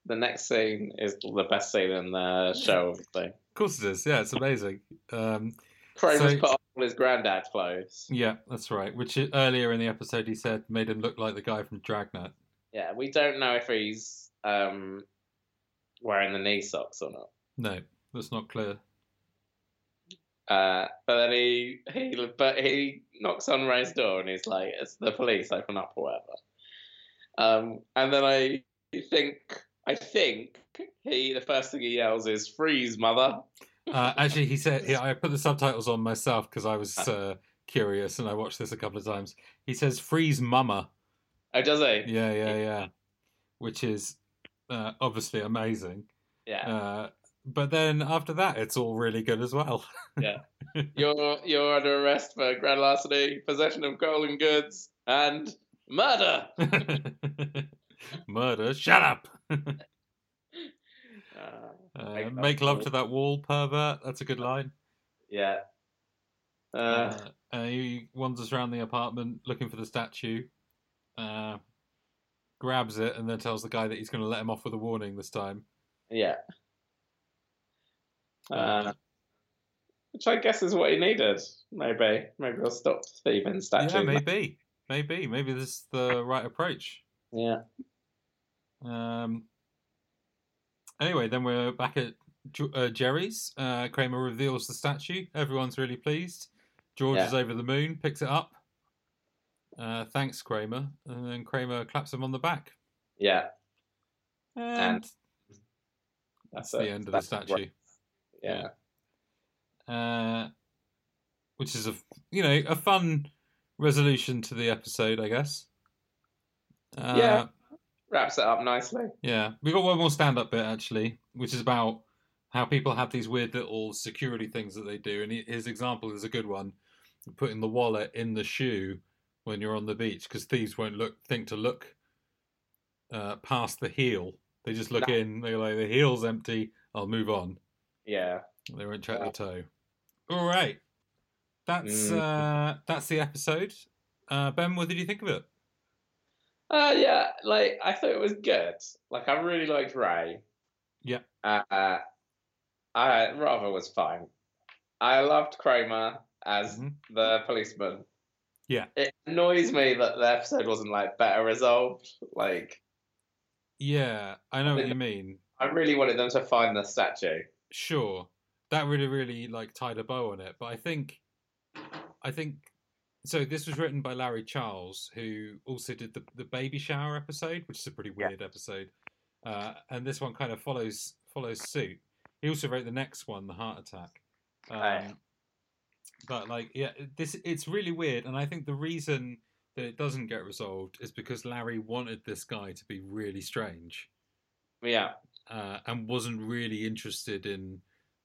Speaker 2: the next scene is the best scene in the show, obviously.
Speaker 1: Of course it is. Yeah, it's amazing. Um,
Speaker 2: Kramer's
Speaker 1: So- Mm.
Speaker 2: put on all his granddad clothes.
Speaker 1: yeah, that's right. Which i- earlier in the episode he said made him look like the guy from Dragnet.
Speaker 2: Yeah, we don't know if he's um, wearing the knee socks or not.
Speaker 1: No, that's not clear.
Speaker 2: Uh, but then he he but he knocks on Ray's door and he's like, "It's the police, open up or whatever." Um, and then I think I think he the first thing he yells is "Freeze, mother!"
Speaker 1: Uh, actually, he said yeah, I put the subtitles on myself because I was uh, curious and I watched this a couple of times. He says "freeze, mama."
Speaker 2: Oh, does he?
Speaker 1: Yeah, yeah, yeah. Which is uh, obviously amazing.
Speaker 2: Yeah.
Speaker 1: Uh, but then after that, it's all really good as well.
Speaker 2: You're you're under arrest for grand larceny, possession of stolen goods, and murder.
Speaker 1: Murder. Shut up.
Speaker 2: Uh,
Speaker 1: Uh,
Speaker 2: Make love
Speaker 1: make
Speaker 2: to
Speaker 1: love
Speaker 2: wall.
Speaker 1: to that wall, pervert. That's a good line.
Speaker 2: yeah. Uh,
Speaker 1: Uh, uh, he wanders around the apartment looking for the statue. uh, grabs it and then tells the guy that he's going to let him off with a warning this time.
Speaker 2: Yeah. Uh, which I guess is what he needed. Maybe. Maybe he'll stop thieving statues.
Speaker 1: yeah, maybe, maybe, maybe this is the right approach.
Speaker 2: Yeah.
Speaker 1: Um. Anyway, then we're back at Ju- uh, Jerry's. Uh, Kramer reveals the statue. Everyone's really pleased. George
Speaker 2: Yeah.
Speaker 1: is over the moon, picks it up. Uh, thanks, Kramer. And then Kramer claps him on the back.
Speaker 2: Yeah.
Speaker 1: And,
Speaker 2: That's
Speaker 1: that's the
Speaker 2: it.
Speaker 1: end of the
Speaker 2: uh, That's
Speaker 1: statue.
Speaker 2: right. Yeah.
Speaker 1: Uh, which is a f- you know a fun resolution to the episode, I guess. Uh,
Speaker 2: Yeah. Wraps it up nicely.
Speaker 1: yeah. We got one more stand-up bit actually, which is about how people have these weird little security things that they do, and he- his example is a good one: putting the wallet in the shoe when you're on the beach because thieves won't look think to look uh, past the heel. They just look
Speaker 2: No.
Speaker 1: in. They're like the heel's empty. I'll move on.
Speaker 2: Yeah.
Speaker 1: They won't check
Speaker 2: Yeah.
Speaker 1: the toe. All right, that's
Speaker 2: Mm.
Speaker 1: uh, that's the episode. Uh, ben, what did you think of it?
Speaker 2: Uh, yeah, like I thought it was good. Like I really liked Ray.
Speaker 1: Yeah.
Speaker 2: Uh, I Rava was fine. I loved Kramer as
Speaker 1: Mhm.
Speaker 2: the policeman.
Speaker 1: Yeah.
Speaker 2: It annoys me that the episode wasn't like better resolved. Like
Speaker 1: Yeah, I know what
Speaker 2: Yeah.
Speaker 1: you mean.
Speaker 2: I really wanted them to find the statue.
Speaker 1: Sure, that really, really like tied a bow on it. But I think, I think, so. This was written by Larry Charles, who also did the the baby shower episode, which is a pretty
Speaker 2: Yeah.
Speaker 1: weird episode. Uh, and this one kind of follows follows suit. He also wrote the next one, the heart attack.
Speaker 2: Aye.
Speaker 1: Um, but like, yeah, this it's really weird, and I think the reason that it doesn't get resolved is because Larry wanted this guy to be really strange
Speaker 2: Yeah.
Speaker 1: uh, and wasn't really interested in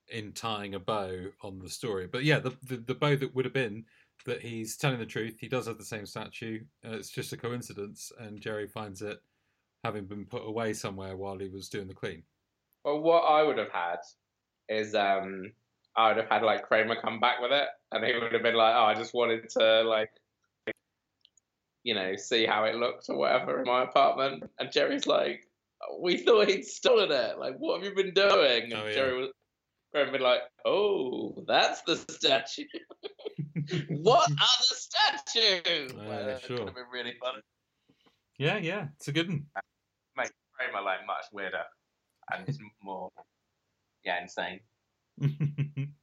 Speaker 1: in tying a bow on the story. But yeah, the, the the bow that would have been that he's telling the truth. He does have the same statue. Uh, it's just a coincidence, and Jerry finds it having been put away somewhere while he was doing the clean.
Speaker 2: Well, what I would have had is um, I would have had like Kramer come back with it, and he would have been like, "Oh, I just wanted to like, you know, see how it looked or whatever in my apartment." And Jerry's like, "We thought he'd stolen it. Like, what have you been doing?" And
Speaker 1: Oh, yeah.
Speaker 2: Jerry was Kramer been like, "Oh, that's the statue. what other statue?"
Speaker 1: Ah,
Speaker 2: Like, that
Speaker 1: sure.
Speaker 2: Would have been really funny.
Speaker 1: Yeah, yeah, it's a good one.
Speaker 2: Kramer like much weirder and more, yeah, insane.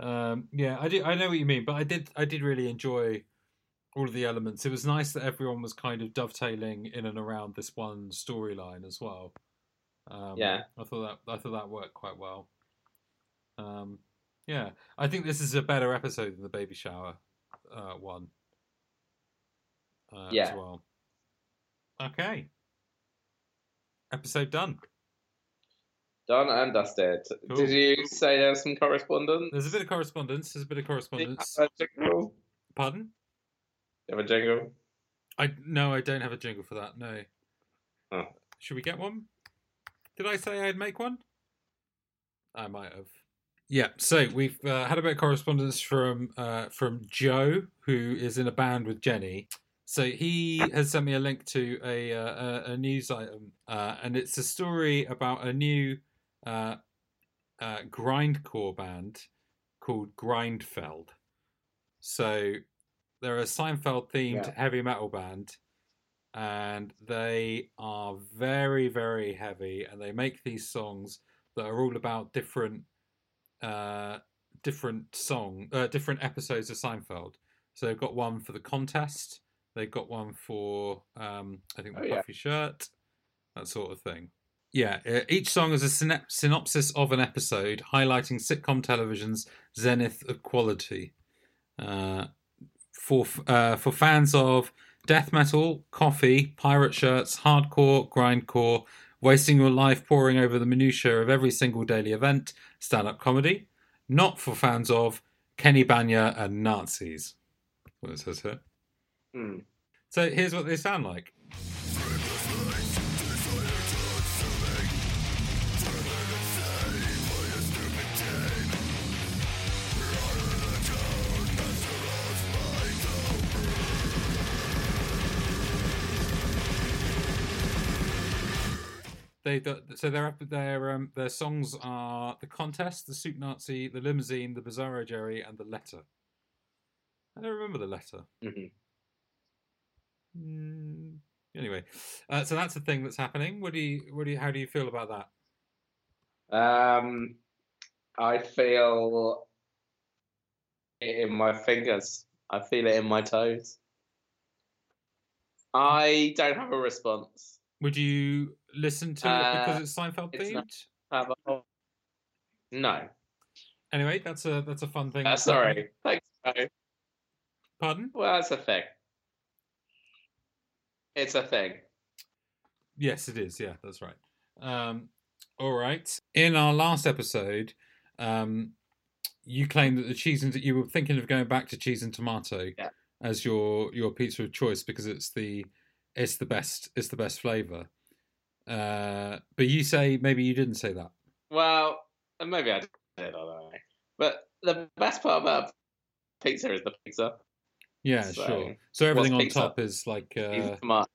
Speaker 1: um, yeah, I do. I know what you mean, but I did. I did really enjoy all of the elements. It was nice that everyone was kind of dovetailing in and around this one storyline as well. Um,
Speaker 2: Yeah.
Speaker 1: I thought that I thought that worked quite well. Um, yeah, I think this is a better episode than the baby shower uh, one. Uh, As
Speaker 2: Yeah.
Speaker 1: well. Okay. Episode done.
Speaker 2: Done and dusted.
Speaker 1: Cool.
Speaker 2: Did you say there was some correspondence?
Speaker 1: There's a bit of correspondence. There's a bit of
Speaker 2: Do you
Speaker 1: correspondence.
Speaker 2: have a jingle?
Speaker 1: Pardon?
Speaker 2: Do you have a jingle?
Speaker 1: I no, I don't have a jingle for that. No.
Speaker 2: Oh.
Speaker 1: Should we get one? Did I say I'd make one? I might have. Yeah. So we've uh, had a bit of correspondence from uh, from Joe, who is in a band with Jenny. So he has sent me a link to a uh, a, a news item, uh, and it's a story about a new uh, uh, grindcore band called Grindfeld. So they're a Seinfeld themed heavy metal band, and they are very, very heavy, and they make these songs that are all about different, uh, different song, uh, different episodes of Seinfeld. So they've got one for the contest. They've got one for, um, I think, the
Speaker 2: Oh, yeah.
Speaker 1: puffy shirt, that sort of thing. Yeah, uh, each song is a synop- synopsis of an episode, highlighting sitcom television's zenith of quality. Uh, for f- uh, for fans of death metal, coffee, pirate shirts, hardcore, grindcore, wasting your life poring over the minutiae of every single daily event, stand up comedy. Not for fans of Kenny Banya and Nazis. What it says here.
Speaker 2: Hmm.
Speaker 1: So here's what they sound like. they th- so their their um, their songs are the contest, the soup Nazi, the limousine, the Bizarro Jerry, and the letter. I don't remember the letter.
Speaker 2: Mhm.
Speaker 1: Mm, anyway, uh, so that's the thing that's happening. What do you what do you, how do you feel about that?
Speaker 2: Um, I feel it in my fingers. I feel it in my toes. I don't have a response.
Speaker 1: Would you listen to it because
Speaker 2: Uh,
Speaker 1: it's Seinfeld
Speaker 2: it's
Speaker 1: themed?
Speaker 2: not- Have a... No.
Speaker 1: Anyway, that's a that's a fun thing.
Speaker 2: Uh,
Speaker 1: that's happening.
Speaker 2: sorry. Thanks. Joe.
Speaker 1: Pardon?
Speaker 2: Well, that's a thing. It's a thing.
Speaker 1: Yes, it is. Yeah, that's right. Um, all right. In our last episode, um, you claimed that the cheese and you were thinking of going back to cheese and tomato
Speaker 2: Yeah.
Speaker 1: as your your pizza of choice because it's the it's the best it's the best flavor. Uh, but you say maybe you didn't say that.
Speaker 2: Well, and maybe I did. I don't know. But the best part about pizza is the pizza.
Speaker 1: Yeah,
Speaker 2: So,
Speaker 1: sure. So everything on
Speaker 2: pizza?
Speaker 1: top is like
Speaker 2: Even
Speaker 1: uh,
Speaker 2: tomato.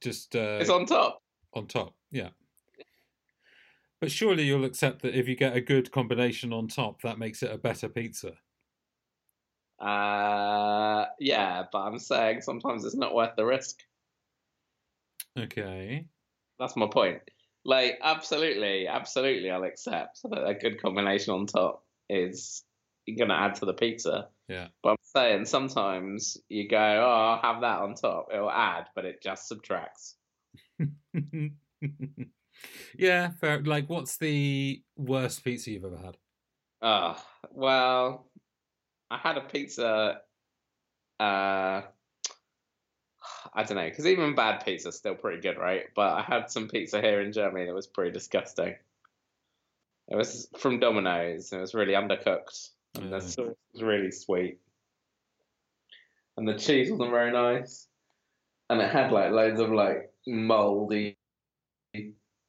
Speaker 1: just uh,
Speaker 2: It's on top.
Speaker 1: on top. Yeah. But surely you'll accept that if you get a good combination on top, that makes it a better pizza.
Speaker 2: Uh, yeah, but I'm saying sometimes it's not worth the risk.
Speaker 1: Okay.
Speaker 2: That's my point. Like, absolutely, absolutely, I'll accept that a good combination on top is going to add to the pizza.
Speaker 1: Yeah.
Speaker 2: But I'm saying sometimes you go, oh, I'll have that on top. It'll add, but it just subtracts.
Speaker 1: yeah, fair. Like, what's the worst pizza you've ever had?
Speaker 2: Ah, well, I had a pizza. Uh, I don't know, because even bad pizza's still pretty good, right? But I had some pizza here in Germany that was pretty disgusting. It was from Domino's, and it was really undercooked, and
Speaker 1: Yeah.
Speaker 2: the sauce was really sweet, and the cheese wasn't very nice, and it had like loads of like moldy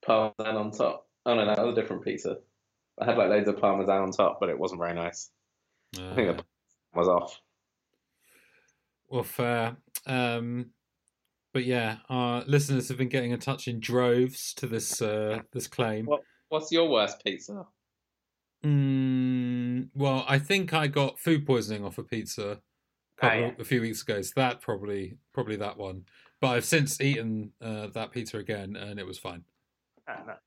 Speaker 2: parmesan on top. Oh no, that was a different pizza. I had like loads of parmesan on top, but it wasn't very nice. I think
Speaker 1: Uh,
Speaker 2: the parmesan was off.
Speaker 1: well, fair. Um, but yeah, our listeners have been getting in touch in droves to this uh, this claim.
Speaker 2: What- What's your worst pizza?
Speaker 1: Mm, well, I think I got food poisoning off a pizza a, couple,
Speaker 2: Oh, yeah.
Speaker 1: a few weeks ago. So that probably probably that one. But I've since eaten uh, that pizza again, and it was fine.
Speaker 2: Ah,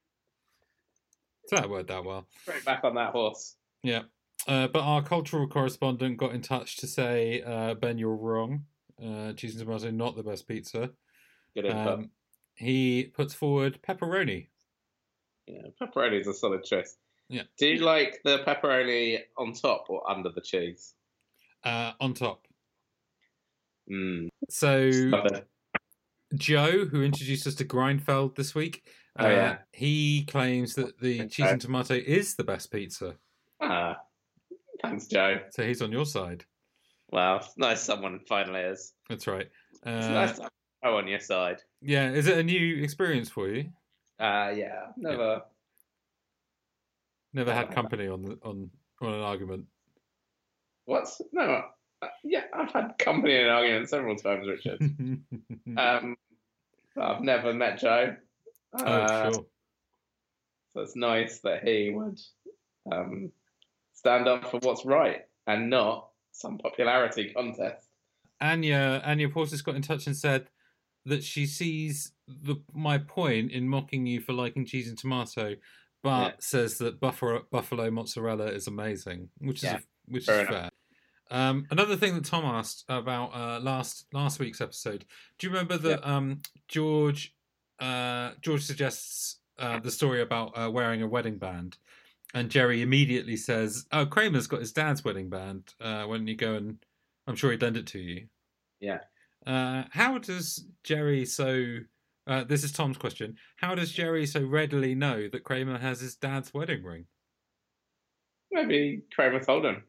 Speaker 1: So that worked out well.
Speaker 2: Straight back on that horse.
Speaker 1: Yeah. Uh, but our cultural correspondent got in touch to say, uh, Ben, you're wrong. Uh, cheese and tomato, not the best pizza.
Speaker 2: Good input.
Speaker 1: Um, he puts forward pepperoni.
Speaker 2: yeah, pepperoni is a solid choice.
Speaker 1: Yeah.
Speaker 2: Do you like the pepperoni on top or under the cheese?
Speaker 1: Uh, on top.
Speaker 2: Mm.
Speaker 1: So
Speaker 2: love it.
Speaker 1: Joe, who introduced us to Grindfeld this week, uh,
Speaker 2: Oh, yeah.
Speaker 1: he claims that the
Speaker 2: Okay.
Speaker 1: cheese and tomato is the best pizza.
Speaker 2: Ah, thanks, Joe.
Speaker 1: So he's on your side.
Speaker 2: Wow, it's nice someone finally is.
Speaker 1: That's right.
Speaker 2: It's
Speaker 1: Uh,
Speaker 2: nice to have Joe on your side.
Speaker 1: Yeah, is it a new experience for you?
Speaker 2: Uh, yeah, never.
Speaker 1: Never had
Speaker 2: Uh,
Speaker 1: company on the, on on an argument.
Speaker 2: What's no? Uh, yeah, I've had company in an argument several times, Richard. Um, I've never met Joe.
Speaker 1: Mm-hmm. oh,
Speaker 2: Uh,
Speaker 1: sure.
Speaker 2: So it's nice that he would um, stand up for what's right and not some popularity contest.
Speaker 1: Anya Anya Porter's got in touch and said that she sees the my point in mocking you for liking cheese and tomato, but
Speaker 2: Yeah.
Speaker 1: says that buffalo buffalo mozzarella is amazing, which
Speaker 2: Yeah,
Speaker 1: is which
Speaker 2: fair
Speaker 1: is fair. Um, another thing that Tom asked about uh, last last week's episode. Do you remember that um, George uh, George suggests uh, the story about uh, wearing a wedding band, and Jerry immediately says, "Oh, Kramer's got his dad's wedding band. Uh, when you go and I'm sure he'd lend it to you."
Speaker 2: Yeah.
Speaker 1: Uh, how does Jerry so? Uh, this is Tom's question. How does Jerry so readily know that Kramer has his dad's wedding ring?
Speaker 2: Maybe Kramer told him.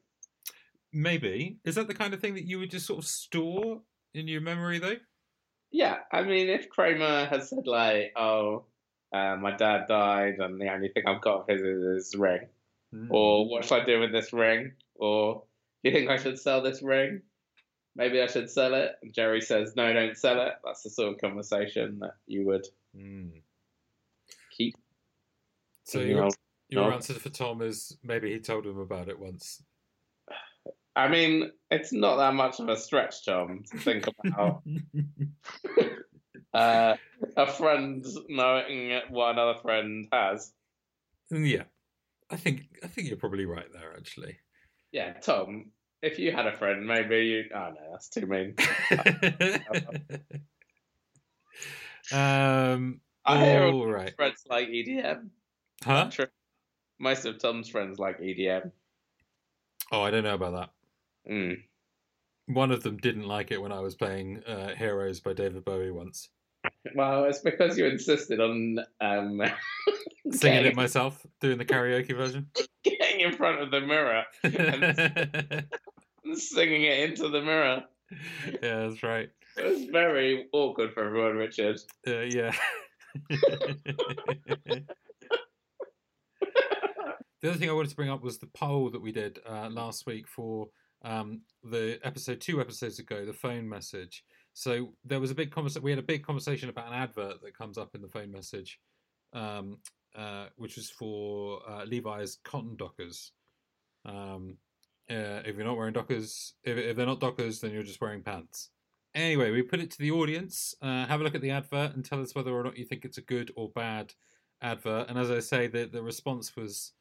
Speaker 1: Maybe is that the kind of thing that you would just sort of store in your memory, though?
Speaker 2: Yeah, I mean, if Kramer had said, like, oh, uh, my dad died and the only thing I've got of his is his ring, or
Speaker 1: Mm-hmm.
Speaker 2: what should I do with this ring, or do you think I should sell this ring? Maybe I should sell it. And Jerry says, no, don't sell it. That's the sort of conversation that you would
Speaker 1: Mm.
Speaker 2: Keith.
Speaker 1: So
Speaker 2: You
Speaker 1: your,
Speaker 2: know,
Speaker 1: your
Speaker 2: no.
Speaker 1: answer for Tom is maybe he told him about it once.
Speaker 2: I mean, it's not that much of a stretch, Tom, to think about uh, a friend knowing what another friend has.
Speaker 1: Mm, yeah, I think I think you're probably right there actually.
Speaker 2: Yeah, Tom, if you had a friend, maybe you. Oh no, that's too mean.
Speaker 1: um.
Speaker 2: I hear all
Speaker 1: all right.
Speaker 2: friends like EDM.
Speaker 1: Huh?
Speaker 2: True. Most of Tom's friends like E EDM.
Speaker 1: Oh, I don't know about that.
Speaker 2: Mm.
Speaker 1: One of them didn't like it when I was playing uh, Heroes by David Bowie once.
Speaker 2: Well, it's because you insisted on um,
Speaker 1: Singing
Speaker 2: getting-
Speaker 1: it myself, doing the karaoke version.
Speaker 2: getting in front of the mirror and
Speaker 1: yeah,
Speaker 2: singing it into the mirror.
Speaker 1: that's right.
Speaker 2: It was very awkward for everyone, Richard.
Speaker 1: Uh, yeah. the other thing I wanted to bring up was the poll that we did uh, last week for um, the episode two episodes ago, the phone message. So there was a big conversation. We had a big conversation about an advert that comes up in the phone message, um, uh, which was for uh, Levi's cotton dockers. Um, uh, if you're not wearing dockers, if, if they're not dockers, then you're just wearing pants. Anyway, we put it to the audience. Uh, have a look at the advert and tell us whether or not you think it's a good or bad advert. And as I say, the, the response was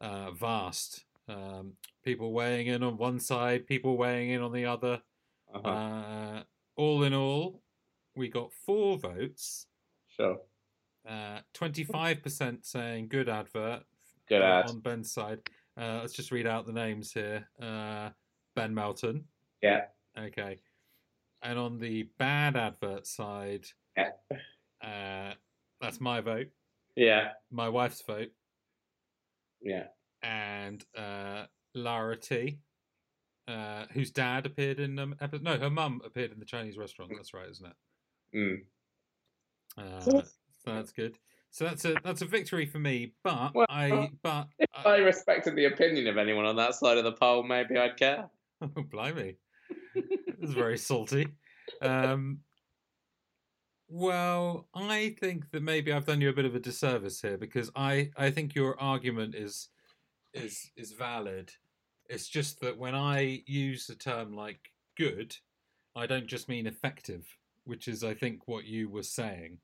Speaker 1: uh, vast. Um, people weighing in on one side, people weighing in on the other.
Speaker 2: Uh-huh.
Speaker 1: Uh, all in all, we got four votes.
Speaker 2: sure.
Speaker 1: Uh, 25% saying good advert
Speaker 2: Good
Speaker 1: uh,
Speaker 2: ad.
Speaker 1: on Ben's side. Uh, let's just read out the names here. Uh, ben Melton.
Speaker 2: Yeah.
Speaker 1: Okay. And on the bad advert side,
Speaker 2: Yeah.
Speaker 1: uh, that's my vote,
Speaker 2: Yeah.
Speaker 1: my wife's vote,
Speaker 2: Yeah.
Speaker 1: and uh, Lara T, uh, whose dad appeared in um, epi- no, her mum appeared in the Chinese restaurant. That's right, isn't it?
Speaker 2: Mm.
Speaker 1: Uh, so
Speaker 2: that's-
Speaker 1: that's good. So that's a that's a victory for me, but
Speaker 2: Well,
Speaker 1: I but
Speaker 2: If
Speaker 1: I-
Speaker 2: I respected the opinion of anyone on that side of the poll, maybe I'd care.
Speaker 1: Oh, blimey. That's very salty. Um, well, I think that maybe I've done you a bit of a disservice here because I, I think your argument is is is valid. It's just that when I use the term like good, I don't just mean effective, which is I think what you were saying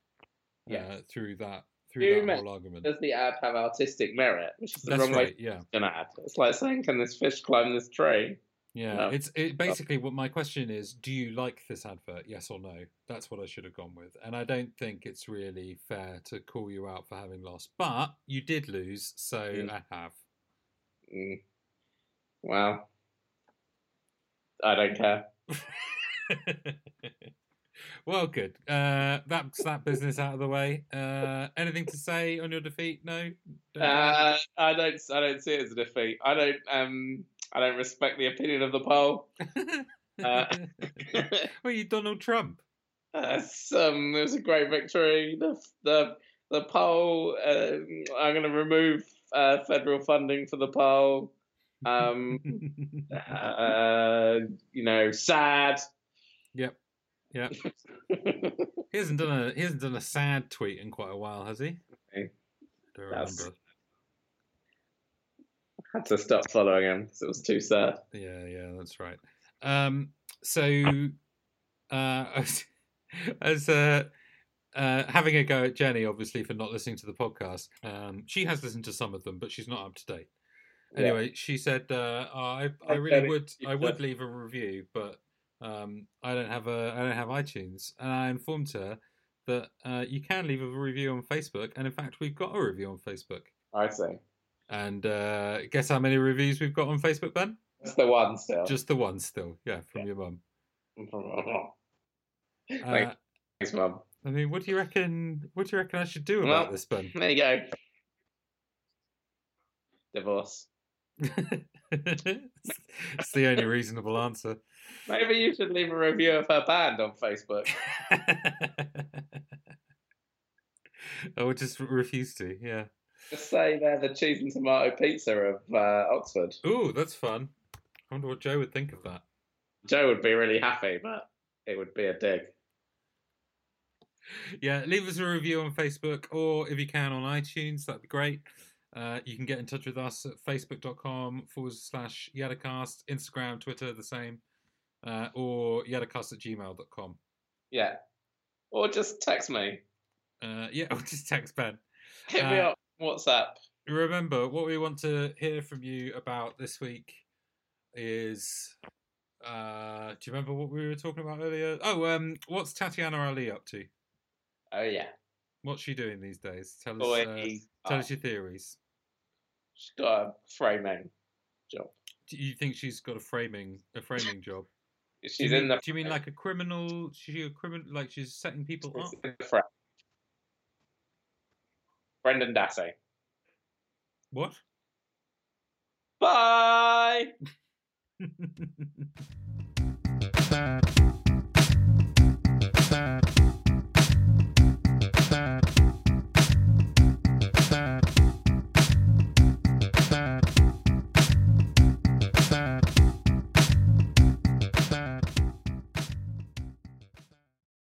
Speaker 2: Yeah.
Speaker 1: uh, through that through
Speaker 2: You
Speaker 1: that
Speaker 2: meant-
Speaker 1: whole argument.
Speaker 2: Does the ad have artistic merit? Which is the
Speaker 1: That's
Speaker 2: wrong way
Speaker 1: right. Yeah.
Speaker 2: to an ad. It's like saying, can this fish climb this tree?
Speaker 1: Yeah,
Speaker 2: No.
Speaker 1: it's it basically what my question is: Do you like this advert? Yes or no? That's what I should have gone with, and I don't think it's really fair to call you out for having lost. But you did lose, so
Speaker 2: Mm.
Speaker 1: I have.
Speaker 2: Mm. Well, I don't care.
Speaker 1: well, good. Uh, that's that business out of the way. Uh, anything to say on your defeat? No. Don't care?
Speaker 2: Uh, I don't. I don't see it as a defeat. I don't. Um, I don't respect the opinion of the poll. uh,
Speaker 1: well, you Donald Trump.
Speaker 2: That's, um, it was a great victory. The the the poll. Um, I'm going to remove uh, federal funding for the poll. Um, uh, you know, sad.
Speaker 1: Yep. Yep. He hasn't done a he hasn't done a sad tweet in quite a while, has he?
Speaker 2: Okay.
Speaker 1: Don't
Speaker 2: That's-
Speaker 1: remember.
Speaker 2: Had to stop following him because it was too sad.
Speaker 1: Yeah, yeah, that's right. Um, so, uh, as, as uh, uh, having a go at Jenny, obviously for not listening to the podcast, um, she has listened to some of them, but she's not up to date.
Speaker 2: Yeah.
Speaker 1: Anyway, she said, uh, "Oh, "I, I
Speaker 2: Hi,
Speaker 1: really
Speaker 2: Jenny.
Speaker 1: would, I
Speaker 2: Yeah.
Speaker 1: would leave a review, but um, I don't have a, I don't have iTunes." And I informed her that uh, you can leave a review on Facebook, and in fact, we've got a review on Facebook.
Speaker 2: I see.
Speaker 1: And uh, guess how many reviews we've got on Facebook, Ben?
Speaker 2: That's the one still.
Speaker 1: Just the one still, yeah, from your mum. Uh,
Speaker 2: Thanks. Thanks, Mum.
Speaker 1: I mean, what do you reckon? What do you reckon I should do about
Speaker 2: Well-
Speaker 1: this, Ben?
Speaker 2: There you go. Divorce.
Speaker 1: it's the only reasonable answer.
Speaker 2: Maybe you should leave a review of her band on Facebook.
Speaker 1: I would just refuse to. Yeah.
Speaker 2: Just say they're the cheese and tomato pizza of uh, Oxford.
Speaker 1: Ooh, that's fun. I wonder what Joe would think of that.
Speaker 2: Joe would be really happy, but it would be a dig.
Speaker 1: yeah, leave us a review on Facebook or if you can on iTunes. That'd be great. Uh, you can get in touch with us at facebook.com forward slash Yadacast, Instagram, Twitter, the same, uh, or yadacast at gmail.com.
Speaker 2: Yeah. Or just text me.
Speaker 1: Uh, yeah, or just text Ben.
Speaker 2: Hit me
Speaker 1: Uh,
Speaker 2: up on WhatsApp.
Speaker 1: remember what we want to hear from you about this week is uh do you remember what we were talking about earlier oh um what's tatiana ali up to
Speaker 2: Oh yeah.
Speaker 1: what's she doing these days tell us
Speaker 2: Boy,
Speaker 1: uh,
Speaker 2: he's
Speaker 1: tell us your theories
Speaker 2: she's got a framing.
Speaker 1: do you think she's got a framing a framing job do you
Speaker 2: She's
Speaker 1: mean,
Speaker 2: in the.
Speaker 1: do you mean like a criminal she a criminal like she's setting people up
Speaker 2: She's in the frame. Brendan Dassey.
Speaker 1: what
Speaker 2: Bye.